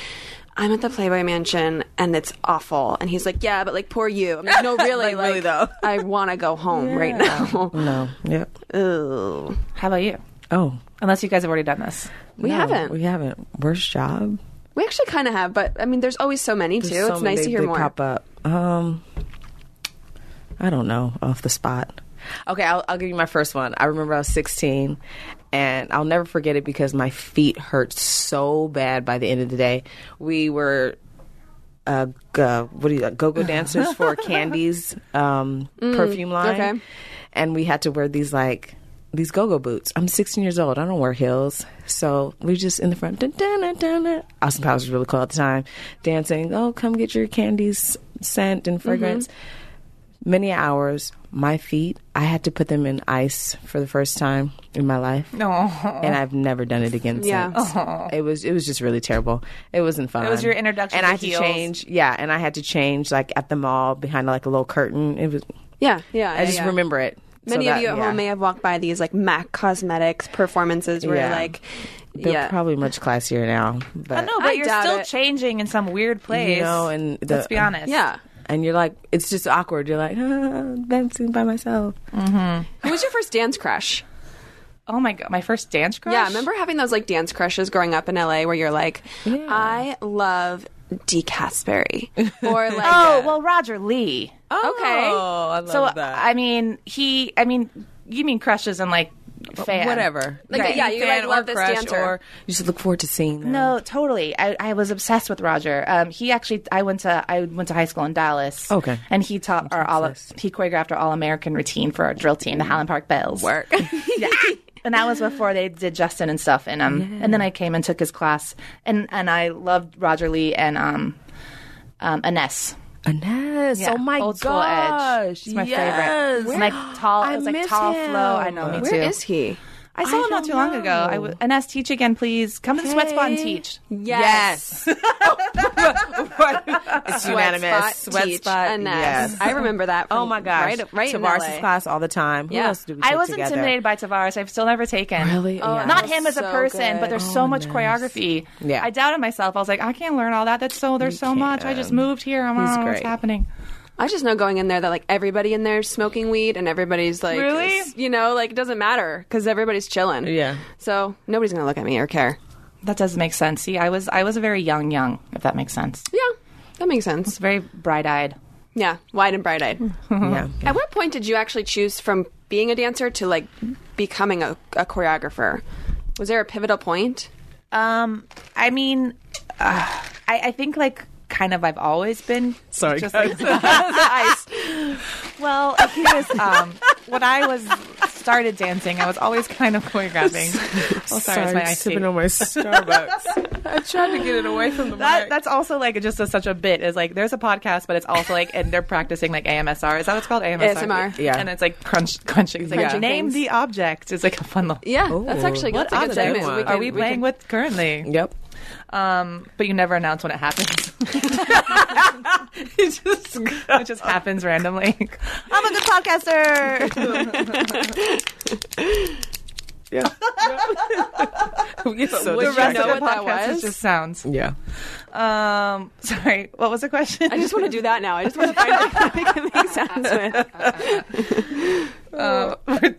I'm at the Playboy Mansion, and it's awful. And he's like, yeah, but like, poor you. I'm like, no, really, like,
really, though.
I want to go home right now.
No. Yep.
Ew.
How about you?
Oh.
Unless you guys have already done this.
We
no,
haven't.
We
We,
haven't. Worst job.
actually kind of have, but I mean, there's always so many too.
There's so
it's
many-
nice to
they-
hear
they
more.
Pop up. Um, I don't know off the spot. Okay, I'll, I'll give you my first one. I remember I was 16, and I'll never forget it because my feet hurt so bad. By the end of the day, we were. Uh, g- uh, what do you go-go dancers for Candy's um, perfume line,
Mm, okay.
and we had to wear these like these go-go boots. I'm 16 years old. I don't wear heels, so we were just in the front. Dun, dun, dun, dun, dun. Austin Powers was really cool at the time, dancing. Oh, come get your Candy's scent and
Mm-hmm.
fragrance many hours. My feet, I had to put them in ice for the first time in my life.
No.
And I've never done it again
Yeah.
since. It was it was just really terrible. It wasn't fun.
It was your introduction
and
to
I had
heels.
to change. Yeah, and I had to change like at the mall behind like a little curtain. It was.
Yeah, yeah.
I just
yeah.
remember it. So
Many
that-
of you at
yeah.
home may have walked by these like MAC Cosmetics performances where
Yeah.
you're like,
They're
yeah,
probably much classier now. But
no, but
I
you're
doubt
still
it.
changing in some weird place.
You know, and the-
let's be honest.
yeah.
and you're like, it's just awkward. You're like, ah, dancing by myself.
Who was your first dance crush?
Oh my god, my first dance crush.
Yeah, I remember having those like dance crushes growing up in LA where you're like, I love D. Casperry. Or like,
Oh well, Roger Lee.
okay.
Oh, I love
so I mean, he. I mean, you mean crushes and like fan.
whatever.
Like,
Right.
yeah, you
Fan
like love
or
this
crush
dancer.
or you should look forward to seeing them.
No, totally. I, I was obsessed with Roger. Um, he actually, I went to I went to high school in Dallas.
Okay.
and he taught our all he choreographed our all American routine for our drill team, the Highland Park Bells. Work. yeah. And that was before they did Justin and stuff, and um, and then I came and took his class, and and I loved Roger Lee and um, um, Ines.
Ines.
Yeah.
Oh my
Old school edge.
gosh.
It's my
yes.
favorite. It's like tall.
I
It's like
miss
tall
him.
flow. I know. Me too.
Where is he?
I saw him not
don't
too long ago. I w- Ines, teach again, please. Come to the sweat spot and
Hey.
teach.
Yes. it's unanimous.
Spot, teach, Ines.
Yes.
I remember that. From
Oh my gosh.
Right, right in
Tavares'
LA.
class all the time. Who
Yeah.
else do we
I
take
was
together?
intimidated by Tavares. I've still never taken.
Really? Oh, Yeah.
Not
that's
him as a
so
person,
good.
but there's
Oh,
so much choreography.
Yeah.
I doubted myself. I was like, I can't learn all that. That's so there's so much. I just moved here. I'm
He's
on what's
great.
happening.
I just know going in there that like everybody in there is smoking weed and everybody's like,
Really?
s- you know, like it doesn't matter because everybody's chilling.
Yeah.
So nobody's going to look at me or care.
That does make sense. See, I was I was a very young young, if that makes sense.
Yeah, that makes sense.
Very bright eyed.
Yeah, wide and bright eyed.
Mm-hmm.
Yeah.
At what point did you actually choose from being a dancer to like becoming a, a choreographer? Was there a pivotal point?
Um, I mean, uh, I, I think like kind of I've always been sorry. Just like, Ice. Well, I think it was, um, when I was started dancing, I was always kind of choreographing. Oh, sorry, it's my ice tea.
sipping on my Starbucks. I tried to get it away from the
That, that's also like just a, such a bit is like there's a podcast, but it's also like and they're practicing like AMSR. Is that what's called AMSR?
ASMR.
Yeah.
and it's like crunch crunching. It's like
Crunching
name
things.
the object. It's like a fun little.
Yeah, that's actually
What
that's a good
other
segment.
one?
Are we,
can-
playing with currently?
Yep.
Um, but you never announce when it happens. it just it just happens randomly. I'm a good podcaster.
Yeah.
so
would you know
distracted.
what that
Podcast
was?
Just sounds.
Yeah.
Um, sorry. What was the question?
I just want to do that now. I just want to find out how we can make sounds with.
Uh,
Um,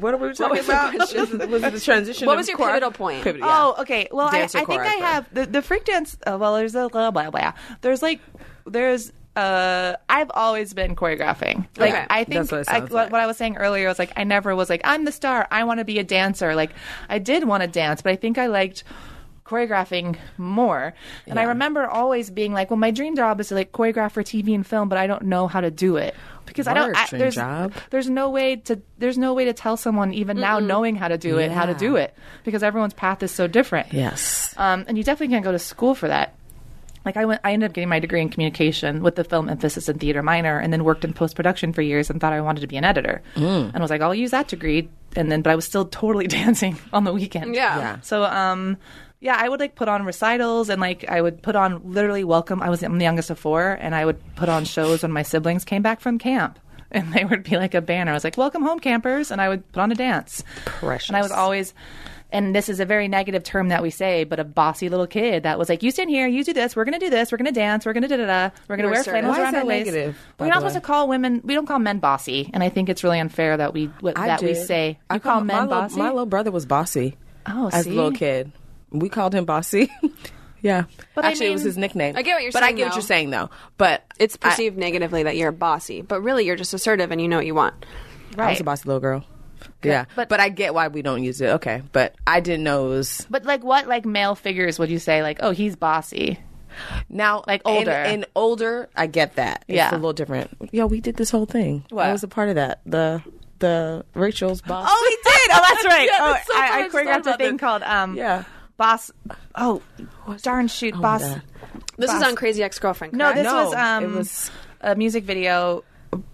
what are we talking about? Was it the transition?
What
of
was your
choir-
pivotal point?
Pivot, yeah.
Oh, okay. Well, I, I
Dance or
think I
choreographer?
have the, the freak dance. Uh, well, there's a blah blah blah. There's like there's uh I've always been choreographing. Like
Okay.
I think
That's what it
I,
sounds
what,
like.
what I was saying earlier was like I never was like I'm the star. I want to be a dancer. Like I did want to dance, but I think I liked choreographing more. And I remember always being like, well, my dream job is to like choreograph for TV and film, but I don't know how to do it because I don't
Word,
I,
dream
there's
job.
there's no way to there's no way to tell someone even now knowing how to do it how to
Yeah.
do it because everyone's path is so different.
Yes.
Um, and you definitely can't go to school for that. Like I went, I ended up getting my degree in communication with the film emphasis in theater minor, and then worked in post production for years, and thought I wanted to be an editor, mm. and was like, I'll use that degree, and then, but I was still totally dancing on the weekend.
Yeah. Yeah.
So, um, yeah, I would like put on recitals, and like I would put on literally welcome. I was I'm the youngest of four, and I would put on shows when my siblings came back from camp, and they would be like a banner. I was like, "Welcome home, campers," and I would put on a dance.
Precious.
And I was always, and this is a very negative term that we say, but a bossy little kid that was like, you stand here, you do this, we're going to do this, we're going to dance, we're going to da da da, we're going to
You're
wear
assertive.
flannels
Why is
around
that
our waist.
negative, by
we're not
the way?
supposed to call women, we don't call men bossy. And I think it's really unfair that we what,
I
that we
did.
say,
I
you call
called-
men
my little-
bossy?
my little brother was bossy.
Oh,
as
see?
a little kid, we called him bossy. yeah,
But I
actually, it was
mean-
his nickname.
I get what you're
but I
saying,
get what you're
though.
saying though. But
It's
I-
perceived negatively that you're bossy, but really you're just assertive and you know what you want.
I was a bossy little girl. Yeah,
but-
but, I get why we don't use it. Okay, but I didn't know it was
But like what like male figures would you say like, oh, he's bossy?
now
Like
in-
older.
In, older, I get that.
Yeah.
it's a little different. Yeah, we did this whole thing.
What?
I was a part of that. The the Rachel's boss.
Oh, he did. Oh, that's right.
Yeah,
oh,
that's so
I,
funny.
I
I just thought
choreographed a
about
thing
this.
called um,
Yeah.
Boss. Oh, darn shoot, Boss.
God.
This is
Boss.
on Crazy Ex Girlfriend.
No, this
No,
was um,
it was-
a music video.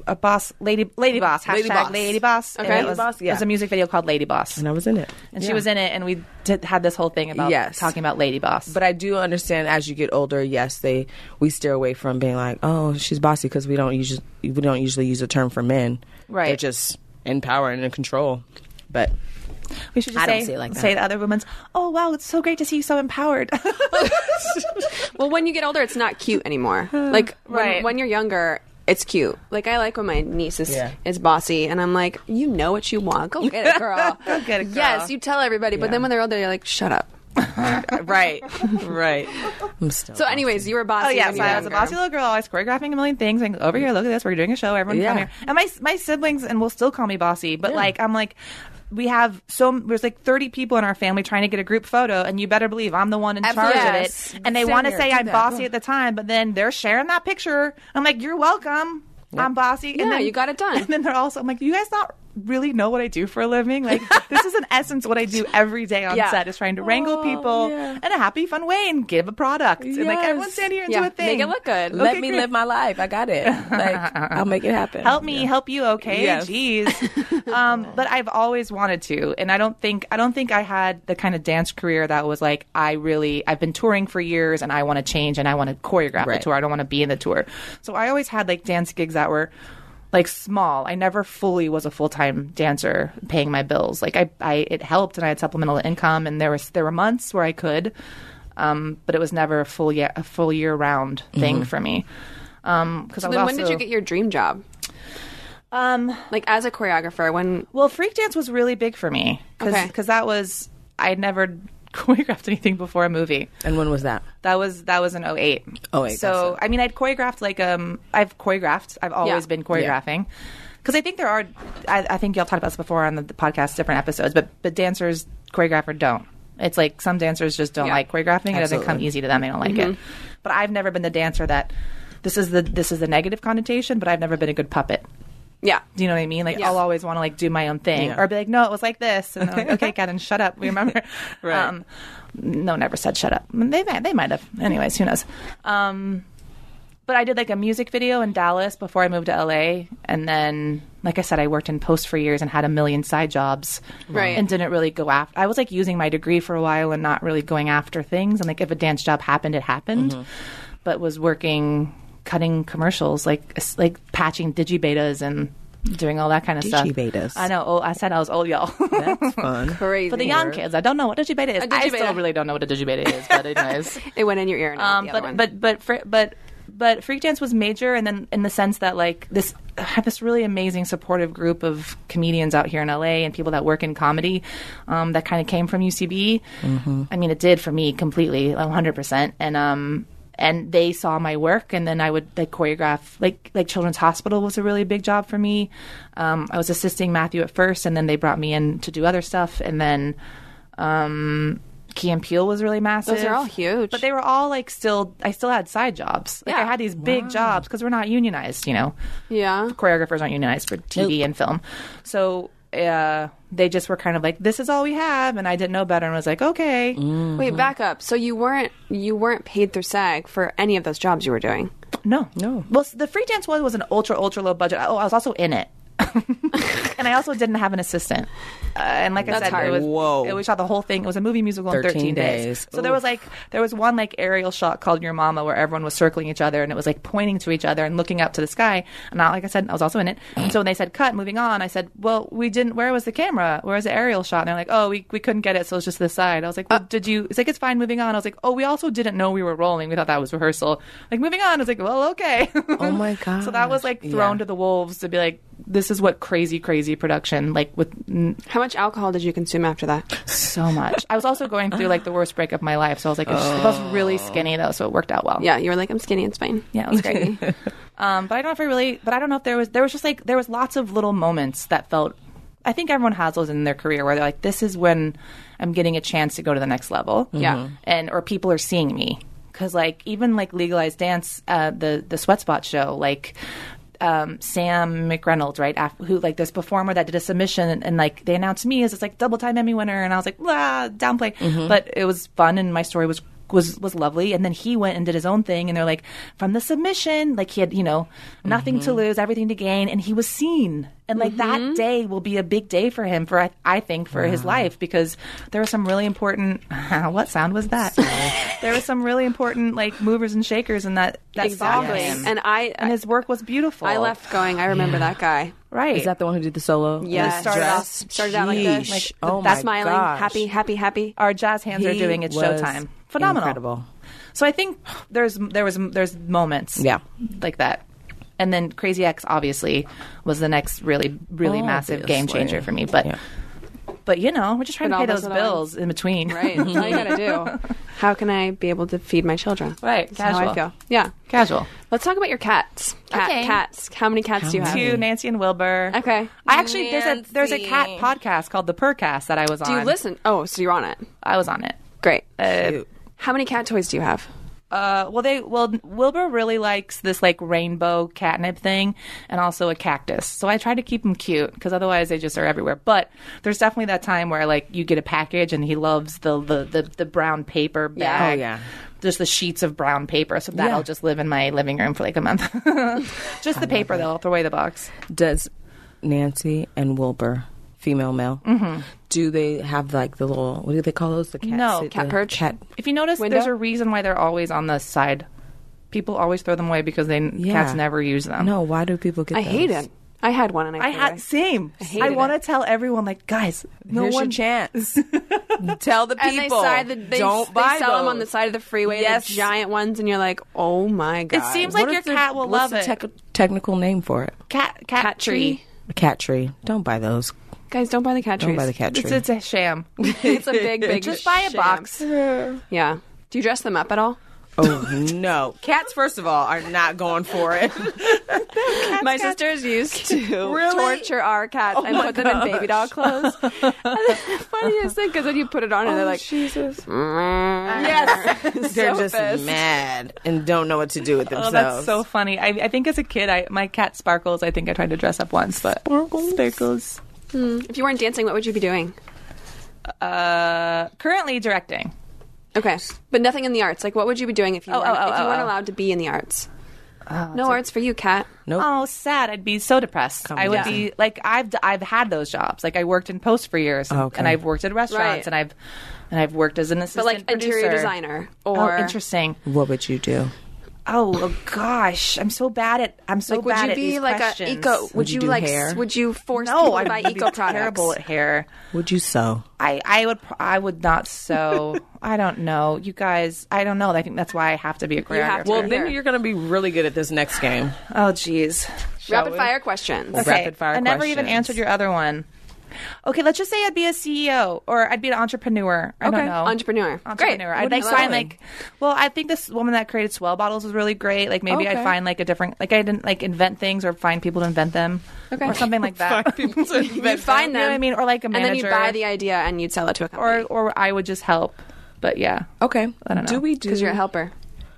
A boss, lady, lady boss, hashtag
Lady
lady boss.
Boss.
and
Okay.
it
Lady
was,
Boss, yeah.
it was a music video called Lady Boss,
and I was in it.
and she was in it, and we did, had this whole thing about
Yes.
talking about Lady Boss.
But I do understand as you get older, yes, they we steer away from being like, oh, she's bossy because we don't usually we don't usually use the term for men.
Right.
They're just in power and in control. But
we should just
I
say,
don't see it like that.
say to other women's, "Oh wow, it's so great to see you so empowered."
Well, when you get older, it's not cute anymore. Like when,
Right.
when you're younger, it's cute. Like I like when my niece is,
Yeah.
is bossy, and I'm like, you know what you want. Go get it, girl. Go
get it, girl.
Yes, you tell everybody. But then when they're older, you're like, shut up.
right, right. I'm still
So, anyways, you were bossy.
Oh yeah,
when
so
you were
I was a
younger.
bossy little girl, always choreographing a million things. Like over here, look at this, we're doing a show. Everyone
Yeah.
come here. And my my siblings and will still call me bossy, but like I'm like. We have so there's like 30 people in our family trying to get a group photo, and you better believe I'm the one in
Absolutely.
charge
Yes.
of it. And they
Stand
want to
there,
say
do
I'm
that.
bossy
Go.
at the time, but then they're sharing that picture. I'm like, you're welcome. I'm bossy.
Yeah,
and then
you got it done.
And then they're also I'm like, you guys not really know what I do for a living. Like this is in essence what I do every day on
Yeah. Oh,
set is trying to wrangle people in a happy, fun way and give a product. And like
Yes.
everyone stand here and
Yeah,
do a thing.
make it look good.
Let
Okay,
me
great.
live my life. I got it. Like I'll make it happen.
help me help you okay
Yes.
jeez um, but i've always wanted to and i don't think i don't think i had the kind of dance career that was like i really i've been touring for years and i want to change and i want to choreograph
Right.
the tour i don't want to be in the tour so i always had like dance gigs that were like small i never fully was a full-time dancer paying my bills like i, I it helped and i had supplemental income and there was there were months where i could um, but it was never a full year, a full year round thing for me. Um, because I was
Mm-hmm. Then when did
also-
you get your dream job? Um, like as a choreographer, when
Well, freak dance was really big for me because
Okay.
that was I had never choreographed anything before a movie.
And when was that?
That was that was in 08.
08,
So
gotcha.
I mean, I'd choreographed like um I've choreographed. I've always
Yeah.
been choreographing. Because I think there are, I, I think y'all talked about this before on the, the podcast, different episodes, but but dancers choreographer don't. It's like some dancers just don't
Yeah. Mm-hmm.
like choreographing. It doesn't come
Absolutely.
easy to them. They don't like it. But I've never been the dancer that this is the this is the negative connotation. But I've never been a good puppet.
yeah,
Do you know what I mean? Like I'll always want to like do my own thing
Yeah.
or be like, no, it was like this, and I'm like, okay, Kevin, shut up. We remember. right. Um, no, never said shut up. They might, they might have. Anyways, who knows? Um, but I did like a music video in Dallas before I moved to LA, and then like I said, I worked in post for years and had a million side jobs,
Right.
And didn't really go after. I was like using my degree for a while and not really going after things. And like if a dance job happened, it happened, but was working cutting commercials, like s- like patching digibetas and doing all that kind of stuff.
Digibetas.
I know. Oh, I said I was old, y'all.
That's fun.
Crazy.
For the young kids, I don't know what a digibeta is.
A
I
digibeta.
still really don't know what a digibeta is, but anyways.
It went in your ear and out
Um,
the
but,
other one.
but but fr- but but freak dance was major, and then in the sense that like this I have this really amazing supportive group of comedians out here in LA and people that work in comedy um, that kind of came from UCB. I mean, it did for me completely, one hundred percent, and um. And they saw my work, and then I would like choreograph. Like like Children's Hospital was a really big job for me. Um, I was assisting Matthew at first, and then they brought me in to do other stuff. And then um, Key and Peele was really massive.
Those are all huge.
But they were all like still. I still had side jobs. Like I
Yeah.
had these big jobs because we're not unionized. You know,
yeah.
choreographers aren't unionized for TV and film. So uh, they just were kind of like, "This is all we have," and I didn't know better and was like, "Okay."
Wait, back up. So you weren't you weren't paid through SAG for any of those jobs you were doing.
No, no. Well, s- the free dance one was an ultra ultra low budget. Oh, I was also in it. and I also didn't have an assistant. Uh, and like I said,
hard.
it was
Whoa.
It, we shot the whole thing. It was a movie musical in
13
thirteen days.
days.
So there was like there was one like aerial shot called Your Mama where everyone was circling each other and it was like pointing to each other and looking up to the sky. And I, like I said, I was also in it. And so when they said cut, moving on, I said, well, we didn't. Where was the camera? Where was the aerial shot? And they're like, oh, we we couldn't get it, so it's just this side. I was like,
Uh,
well, did you? It's like it's fine. Moving on. I was like, oh, we also didn't know we were rolling. We thought that was rehearsal. Like moving on. I was like, well, okay.
Oh my god.
So that was like thrown to the wolves to be like, this is what crazy, crazy production like with n-
How much alcohol did you consume after that?
so much. I was also going through like the worst breakup of my life, so I was like, I was really skinny though, so it worked out well.
Yeah, you were like, I'm skinny, it's fine.
yeah, it was great. um, but I don't know if I really, but I don't know if there was there was just like there was lots of little moments that felt. I think everyone has those in their career where they're like, this is when I'm getting a chance to go to the next level.
Yeah.
and or people are seeing me because like even like legalized dance uh, the the sweat spot show like um, Sam McReynolds, right? Af- who like this performer that did a submission, and, and, like they announced me as this like double time Emmy winner, and I was like, blah, downplay. But it was fun, and my story was was was lovely. And then he went and did his own thing, and they're like, from the submission, like he had you know nothing
Mm-hmm.
to lose, everything to gain, and he was seen. And like that day will be a big day for him, for I, I think for his life, because there were some really important. what sound was that? there were some really important like movers and shakers in that that
Exactly.
saw him.
And I
and his work was beautiful.
I left going, I remember that guy.
Right.
Is that the one who did the solo?
Yeah.
started off-
started out like this.
Sheesh.
Like,
oh
that's
my
smiling,
gosh.
happy, happy, happy.
our jazz hands are
He
doing it's
was
showtime. Phenomenal.
Incredible.
So I think there's there was there's moments
Yeah.
like that. And then Crazy X obviously was the next really really massive
Oh,
game
Obviously.
changer for me, but
Yeah.
but you know, we're just trying
But
to pay
all
those
those little
bills in between.
Right. That's all you gotta do. How can I be able to feed my children?
Right.
That's how
Casual.
I feel. Yeah.
Casual.
Let's talk about your cats. Cat,
Okay.
Cats. How many cats do you have?
To Nancy and Wilbur.
Okay.
I actually there's a there's a cat podcast called The Percast that I was on.
Do you listen? Oh, so you're on it.
I was on it.
Great.
Uh,
How many cat toys do you have?
Uh, well, they well Wilbur really likes this like rainbow catnip thing, and also a cactus. So I try to keep them cute because otherwise they just are everywhere. But there's definitely that time where like you get a package and he loves the the the, the brown paper
Yeah.
bag.
Oh, yeah.
Just the sheets of brown paper, so that'll just live in my living room for like a month. just the paper, though. I'll throw away the box.
Does Nancy and Wilbur, female male,
Mm-hmm.
do they have like the little what do they call those? The cat
No,
sit-
cat
the
perch.
Cat.
If you notice,
Window?
there's a reason why they're always on the side. People always throw them away because they cats never use them.
No, why do people get?
I hate
those?
it. I had one and I,
I
threw it away.
had same. I,
hated
want to
it.
tell everyone, like, guys, no
Here's
one
your chance. Tell the people.
And they, side the, they,
don't
they
buy
sell them
those.
on the side of the freeway,
Yes.
the giant ones, and you're like, oh my god.
It seems
What
like your
if the-
cat will
what's
love it.
the tec- technical name for it?
cat, cat,
cat
tree.
tree.
Cat tree. Don't buy those.
Guys, don't buy the cat
Don't
trees.
buy the cat tree.
It's, it's a sham.
it's a big, big.
Just buy a
sham.
box.
Yeah. Do you dress them up at all?
oh no, cats! First of all, are not going for it.
my sisters used to torture our cats and put them in baby doll clothes. and the funniest thing, because then you put it on and they're like,
Jesus.
"Mm."
Yes, they're
So
just
pissed.
mad and don't know what to do with
Oh,
themselves.
that's so funny. I, I think as a kid, I my cat Sparkles. I think I tried to dress up once, but Sparkles. Sparkles.
if you weren't dancing, what would you be doing?
Uh, currently directing.
Okay, but nothing in the arts. Like, what would you be doing if you
Oh,
weren't,
oh, oh,
if you
oh,
weren't
oh.
allowed to be in the arts? no arts for you, Kat.
Nope.
Oh, sad. I'd be so depressed. I would
down.
be like I've d- I've had those jobs. Like I worked in post for years, and,
Okay.
and I've worked at
Right.
restaurants, and I've and I've worked as an
But
assistant
like interior
producer.
designer or
Oh, interesting.
What would you do?
Oh, oh, gosh, I'm so bad at I'm so
Like, would
bad
you
at
be
these
like
questions.
a eco? Would,
Would you
you,
do
like? s-
hair?
Would you force
No,
people
I'd
to buy
be
eco products?
terrible at hair.
Would you sew?
I, I would pr- I would not sew. I don't know. You guys, I don't know. I think that's why I have to be a choreographer.
have to.
Well,
Sure.
then you're going to be really good at this next game.
oh jeez.
Rapid fire questions.
Okay,
Rapid fire
I never even
questions.
answered your other one. Okay, let's just say I'd be a CEO or I'd be an entrepreneur. I
Okay.
don't know.
Entrepreneur. Great.
Entrepreneur. I'd
What are
like
you
find
selling?
like, well, I think this woman that created Swell bottles was really great. Like maybe
Okay.
I'd find like a different, like I didn't like invent things or find people to invent them, okay. or something like that.
You'd find
You
them.
know what I mean? Or like a
and then you
manager.
buy the idea and you'd sell it to a
or
company.
or I would just help. But yeah,
Okay.
I don't know.
Do we do?
because
Mm-hmm.
you're a helper.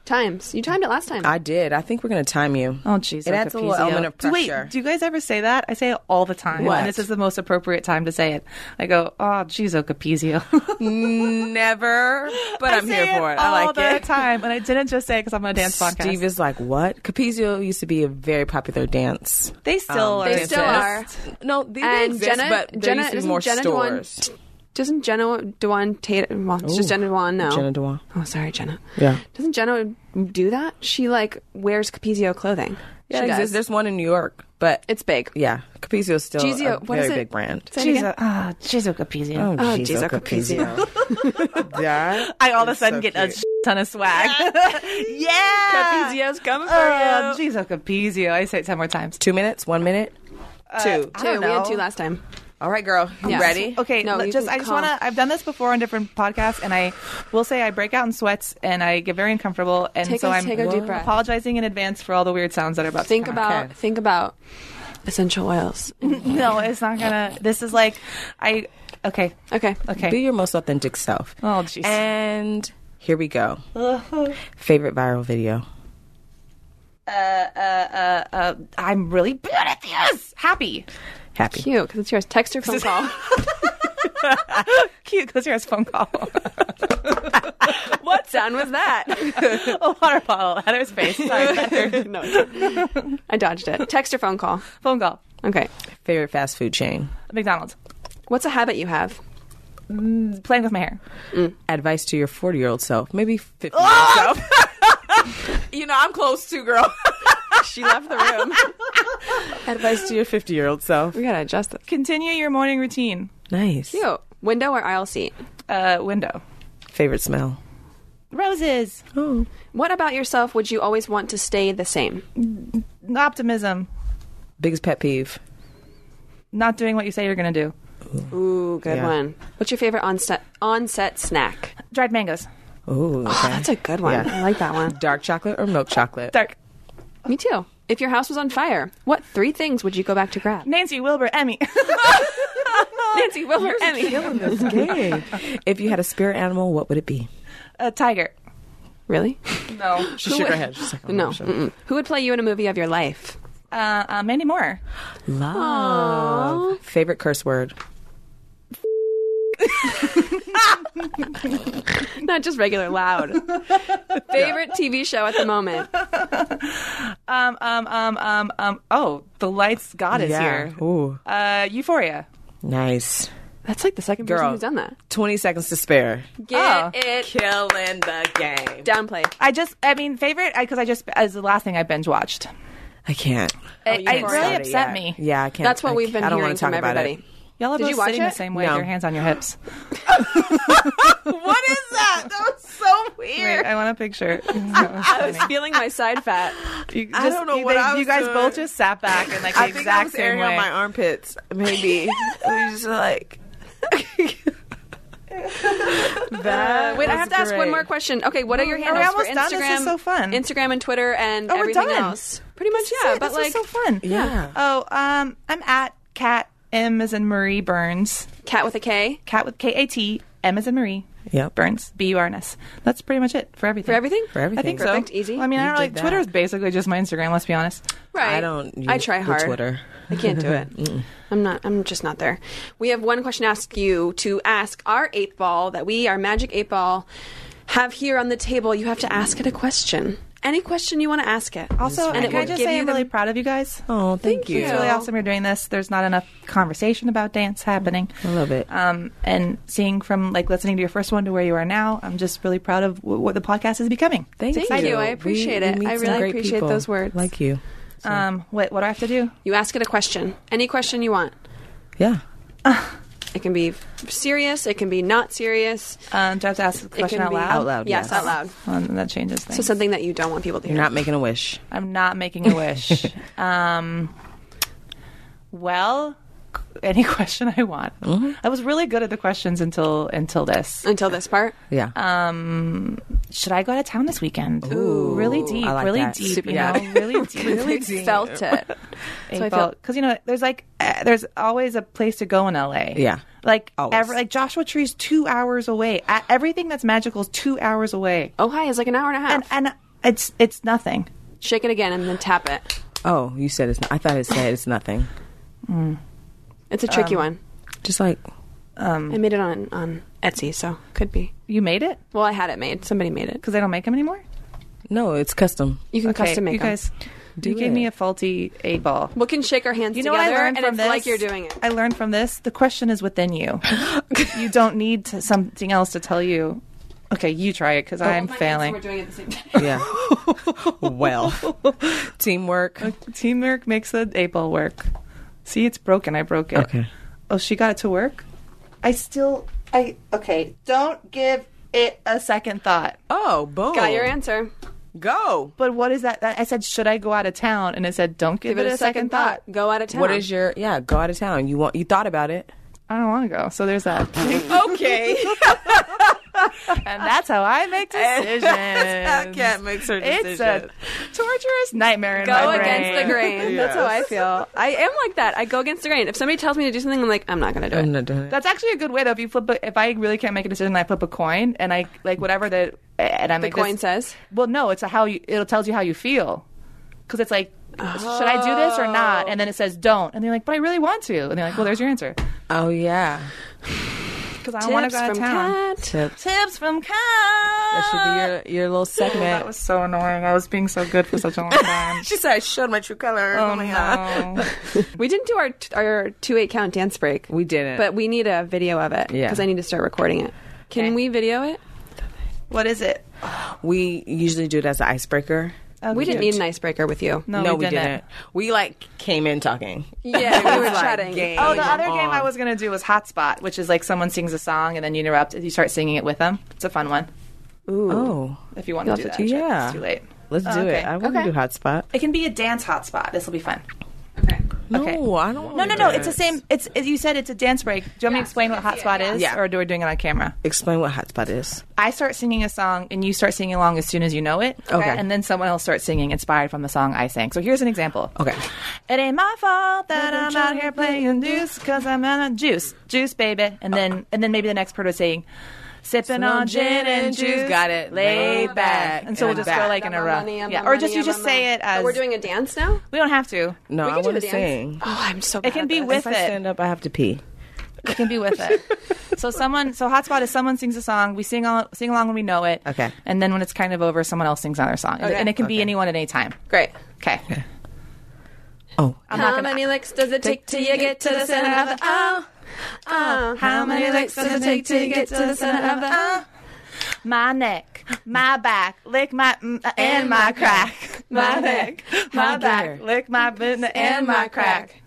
Times you timed it last time.
I did. I think we're going to time you.
Oh jeez,
It adds a little element of
Do-
pressure.
wait, do you guys ever say that? I say it all the time,
What?
and this is the most appropriate time to say it. I go, oh geez, Ocapizio.
Mm. Never, but I'm here for it. I
all
like
the
it.
time, and I didn't just say it because I'm on a dance podcast.
Steve is like, what? Capizio used to be a very popular dance.
they
um,
still are.
they still are.
No, they
And
exist,
Jenna-
but there
Jenna-
used to be
isn't
more
Jenna Dewan-
stores.
Doesn't Jenna Dewan Tatum? Well, it's
Ooh.
just Jenna Dewan now.
Jenna Dewan.
Oh, sorry, Jenna.
Yeah.
Doesn't Jenna do that? She like wears Capizio clothing.
Yeah,
she
it
does.
exists. There's one in New York, but
It's big.
yeah, Capizio is still
Gizio-
a
what
very
is it?
big brand.
Say it again.
Ah, Jesus Capizio.
Oh,
Jesus,
Jesus,
Capizio.
That
I all of a
is
sudden
so
get a
cute.
sh- ton of swag. yeah.
Capizio's coming for
Oh,
you.
Jesus Capizio. I say it ten more times.
Two minutes, one minute, two.
I
Two.
don't
We had
know.
two last time.
All right, girl, you
Yeah.
ready?
Okay,
No,
no,
you
just
can
I just
calm.
want to. I've done this before on different podcasts, and I will say I break out in sweats and I get very uncomfortable, and
Take
so
a-
I'm
take a deep breath.
apologizing in advance for all the weird sounds that are about. to
Think
come out.
about
Okay.
think about essential oils.
No, it's not gonna. This is like I. Okay.
Okay.
Okay.
Be your most authentic self.
Oh, jeez.
And here we go. Favorite viral video.
uh, I'm really bad at this. Happy.
Happy.
Cute, because it's yours. Text or phone call.
Cute, because here's a phone call.
what sound was that?
a water bottle at her face. Sorry.
I dodged it. Text or phone call.
phone call.
Okay.
Favorite fast food chain.
McDonald's.
What's a habit you have?
Playing with my hair.
Advice to your forty-year-old self, maybe fifty-year-old self. you know, I'm close too, girl.
She left the room.
Advice to your fifty-year-old self.
we gotta adjust this.
Continue your morning routine.
Nice.
Cute. Window or aisle seat?
Uh, window.
Favorite smell.
Roses.
Oh,
What about yourself would you always want to stay the same?
Optimism.
biggest pet peeve.
Not doing what you say you're going to do.
Ooh, good
Yeah.
one. What's your favorite on-set, on-set snack?
Dried mangoes.
Ooh, okay.
That's a good one.
Yeah.
I like that one.
dark chocolate or milk chocolate.
Dark.
Me too. If your house was on fire, what three things would you go back to grab?
Nancy, Wilbur, Emmy.
Nancy, Wilmer, Emmy.
Okay. if you had a spirit animal, what would it be?
a tiger.
Really?
No.
She shook her head. She's like, oh,
No.
I'm sure.
Mm-mm. Who would play you in a movie of your life?
Uh, uh, Mandy Moore.
Love. Favorite curse word.
Oh.
Not just regular loud. Favorite TV show at the moment?
Um, um, um, um, um. Oh, the lights goddess
yeah.
here.
Ooh.
Uh, Euphoria.
Nice.
That's like the second
Girl.
person who's done that.
20 seconds to spare.
Get
Oh.
it
Killing the game.
downplay.
I just, I mean, favorite, because I, just, as the last thing I binge watched.
I can't.
It, it
haven't
really
started
upset
Yeah.
me.
Yeah, I can't.
That's what
I
we've been
I don't
hearing
want to talk
from
about
everybody.
it.
Y'all are
Did
both
you watch
sitting
it?
the same way,
No.
with your hands on your hips.
What is that? That was so
Wait, I want a picture. I
was feeling my side fat.
I don't know what
they,
I
You
was
guys
doing.
both just sat back and like the
I think I
exact
was
same
airing
way.
on my armpits. Maybe. it was just like. that
Uh, Wait, I
was
have to ask one
great.
more question. Okay,
Are
what are your
we
handles
almost
for
done? This
Instagram?
is so fun.
Instagram and Twitter and
Oh, we're
everything
done.
else. Pretty much,
This is
yeah.
it.
But
This was
like,
so fun.
Yeah.
Oh, um, I'm at Cat M as in Marie Burns.
cat with a K
Cat with K A T M as in Marie.
Yep.
Burns B U R N S. That's pretty much it for everything.
for everything.
For everything.
I think
Perfect,
so.
easy.
I mean, I don't
did
like
that.
Twitter is basically just my Instagram. Let's be honest.
Right.
I don't.
I
use
try
the
hard.
Twitter.
I can't do it. I'm not. I'm just not there. We have one question to ask you to ask our eight ball that we, our magic eight ball, have here on the table. You have to ask it a question. any question you want to ask it.
Also,
and it
can I
will
just
give
say
you
I'm
the-
really proud of you guys.
Oh, thank, you.
It's really awesome you're doing this. There's not enough conversation about dance happening. I
love it.
Um, and seeing from like listening to your first one to where you are now, I'm just really proud of w- what the podcast is becoming.
Thank,
Thank you. I appreciate
We- we
it.
meet
I
some
really
great
appreciate
people
those words.
Like you.
Um, what, what do I have to do?
You ask it a question, any question you want.
Yeah.
It can be serious. It can be not serious.
Um, do I have to ask the
It
question
can
out
be
loud?
Out loud,
Yes,
yes.
out loud.
Well, that changes things.
So something that you don't want people to hear.
You're not making a wish.
I'm not making a wish. um, well, c- any question I want. I was really good at the questions until until this.
until this part.
Yeah.
um, should I go out of town this weekend?
Ooh,
really deep,
I like
really
that.
deep,
Super
you
deep.
know, really deep.
Really felt it. So
I
I
felt
felt-
because you know, there's like eh, there's always a place to go in LA.
Yeah.
like
Always.
every, like Joshua Tree's two hours away. A- Everything that's magical is two hours away,
Ohio is Oh, like an hour and a half.
and and it's it's nothing.
Shake it again and then tap it.
oh, you said it's. Not, I thought it said it's nothing.
It's a
Um,
tricky one.
Just like
I made it on on Etsy, so could be.
You made it
Well, I had it made. Somebody made it.
because they don't make them anymore.
no, it's custom.
You can
Okay,
custom make
you
them.
guys.
Do
you gave
it.
me a faulty eight ball.
We can shake our hands
You know
together
what I learned
and
from
it's
this?
like you're doing it.
I learned from this. The question is within you. you don't need to, something else to tell you. Okay, you try it
Oh,
because I'm failing.
doing it at the same time.
Yeah. well, teamwork.
Teamwork makes the eight ball work. See, it's broken. I broke it.
Okay.
Oh, she got it to work. I still. I okay. Don't give it a second thought.
Oh, boom.
Got your answer.
Go.
But what is that? that I said, should I go out of town? And it said, don't give, it, a second, thought.
Go out of town.
What is your yeah? Go out of town. You want you thought about it?
I don't want to go. So there's that.
Okay.
and that's how I make decisions.
Cat makes her
It's a torturous nightmare in
Go
my
against the
brain.
grain. That's how I feel. I am like that. I go against the grain. If somebody tells me to do something, I'm like, I'm not
Oh,
going to do it.
I'm not doing it.
That's actually a good way though. If you flip, a, if I really can't make a decision, I flip a coin and I like whatever the and I'm
The
like
coin
this-
says?
Well, no, it's a how you. It tells you how you feel because it's like. Should I do this or not? And then it says don't, and they're like, "But I really want to." And they're like, "Well, there's your answer."
Oh yeah.
Because I don't want to go out of
from
town.
Kat.
Tips.
Tips from Kat.
That should be your your little segment.
Ah. That was so annoying. I was being so good for such a long time.
she said I showed my true color.
oh no.
We didn't do our our two eight count dance break.
We didn't.
but we need a video of it
Yeah.
because I need to start recording it. Can we video it?
What is it?
we usually do it as an icebreaker.
we didn't need an icebreaker with you.
No, we didn't.
We like came in talking.
Yeah, we were chatting.
game.
Oh, the other game I was gonna do was Hotspot, which is like someone sings a song and then you interrupt, you start singing it with them. It's a fun one.
Oh,
If you want to do that,
do that.
it's too late.
let's do
Oh, okay.
it. I want
Okay.
to do hotspot.
It can be a dance hotspot. This will be fun. Okay.
No, I don't.
No, no, no. It's the same. It's it- you saame. It's a dance break. Do you want me to explain what hotspot is,
Yeah.
or do we doing it on camera?
Explain what hotspot is.
I start singing a song, and you start singing along as soon as you know it.
Okay.
And then someone else starts singing inspired from the song I sang. So here's an example.
Okay.
It ain't my fault that I'm out here playing juice, cause I'm out of juice, juice, baby. And then and then maybe the next part is saying. Sipping on gin and juice,
Got it.
laid
Laid
back,
back
and so we'll
and
just
back.
go like in a
I'm
row,
on money, I'm
yeah.
on
Or just
money,
you
I'm
just
on
say
money.
it as
Oh, we're doing a dance now.
We don't have to.
No,
we
I
can do
want
a
to
dance.
sing.
Oh, I'm so.
It can be with
If I
it.
stand up, I have to pee.
It can be with it. so someone, so hotspot is someone sings a song. We sing all, sing along when we know it.
Okay.
And then when it's kind of over, someone else sings another song, and it can be anyone at any time.
great.
Okay.
Oh,
I'm
How
not gonna.
many licks does it take till you get to the center of the oh? Oh,
Uh, How many licks does it take to get to the center of the? Uh, my neck, my back, lick my mm, uh, and my crack. My neck, my back, lick my boot and my crack.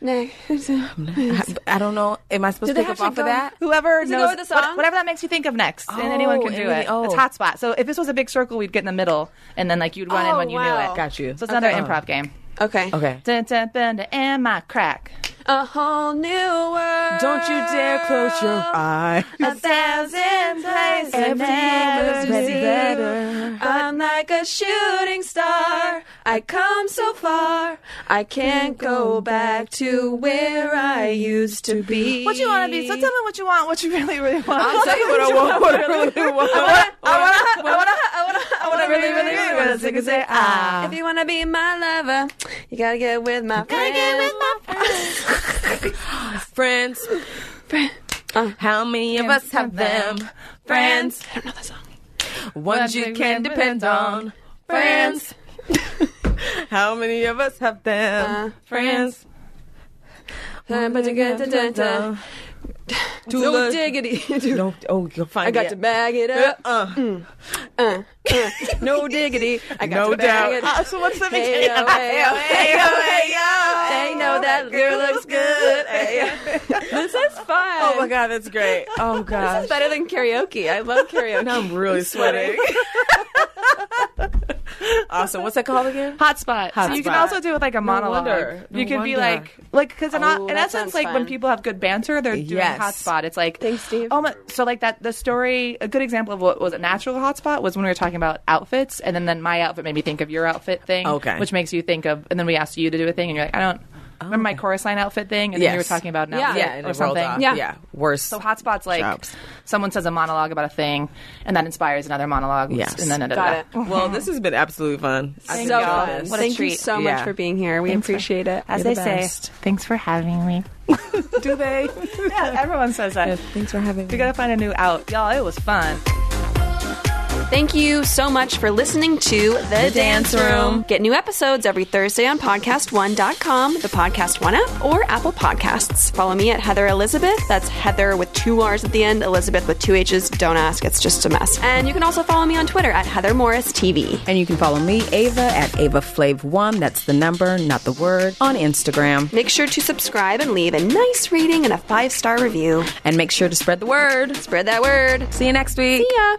Nick, who's
I, I don't know. Am I supposed
Do they
to pick up
have to
off of
go-
that?
Whoever
Does it go
knows
with the song?
whatever that makes you think of next, and anyone can
Oh,
do
and
it.
we- oh.
It's hotspot. So if this was a big circle, we'd get in the middle, and then like you'd run in
Oh,
when you knew
wow.
it.
Got you.
So it's another
Okay.
improv game.
okay?
Okay.
Dun, dun, dun, dun, and my crack.
A whole new world.
Don't you dare close your eyes.
A thousand places never seen. I'm like a shooting star. I come so far. I can't go back to where I used to be.
What you want to be? So tell me what you want. What you really, really want.
I'll tell you what I want. What I really want. I wanna, I wanna, I wanna, I wanna really, really, really wanna sing and say ah. If you wanna be my lover, you gotta get with my friends.
Friends.
Uh,
How many of us have them? Friends.
I don't know that song.
Ones you can depend on.
friends. Uh,
How many of us have them? friends.
Dun-ba-dun-dun-dun-dun. No diggity.
No, oh, you'll find
I got
it.
to bag it up.
Uh-uh.
Uh,
Uh, uh, no diggity. I got
No
to bag
doubt.
it
Ah,
up.
so what's the
Hey, yo, hey, yo, hey, yo, hey, yo. They know that girl looks good. Hey, yo. This is fun.
Oh my god, that's great. Oh
This
gosh.
is better than karaoke. I love karaoke.
Now I'm really sweating. awesome. What's that called again?
Hotspot.
Hot
so you can
spot.
also do it with like a monologue.
wonder. No
you could be
wonder.
like, like because in,
Oh,
in
that
essence,
sounds
like
fun.
when people have good banter, they're doing
Yes.
hotspot. It's like
Thanks, Steve.
Oh my! So like that, the story. A good example of what was a natural hotspot was when we were talking about outfits, and then then my outfit made me think of your outfit thing.
Okay.
Which makes you think of, and then we asked you to do a thing, and you're like, I don't. Remember my chorus line outfit thing, and then you were
Yes.
talking about an
Yeah.
outfit
Yeah,
or something.
Yeah.
Yeah.
yeah. Worse.
So hotspot's like
Jobs.
someone says a monologue about a thing, and that inspires another monologue.
Yes.
and then da, da, da,
Got
da.
it.
well, this has been absolutely fun.
Thank
so
you.
fun.
What a
Thank you
treat.
so
Yeah.
much for being here. We appreciate it.
As
You're
they
the
say,
best.
thanks for having me. Do they? yeah, everyone says that.
Thanks for having
We
me.
gotta find a new out. Y'all, it was fun.
Thank you so much for listening to The, Dance Room. Get new episodes every Thursday on podcast1.com, the Podcast One app, or Apple Podcasts. Follow me at Heather Elizabeth. That's Heather with two R's at the end, Elizabeth with two H's. Don't ask, it's just a mess. And you can also follow me on Twitter at Heather Morris TV.
And you can follow me, Ava, at Ava Flave One. That's the number, not the word, on Instagram.
Make sure to subscribe and leave a nice rating and a five star review.
And make sure to spread the word.
Spread that word.
See you next week.
See ya.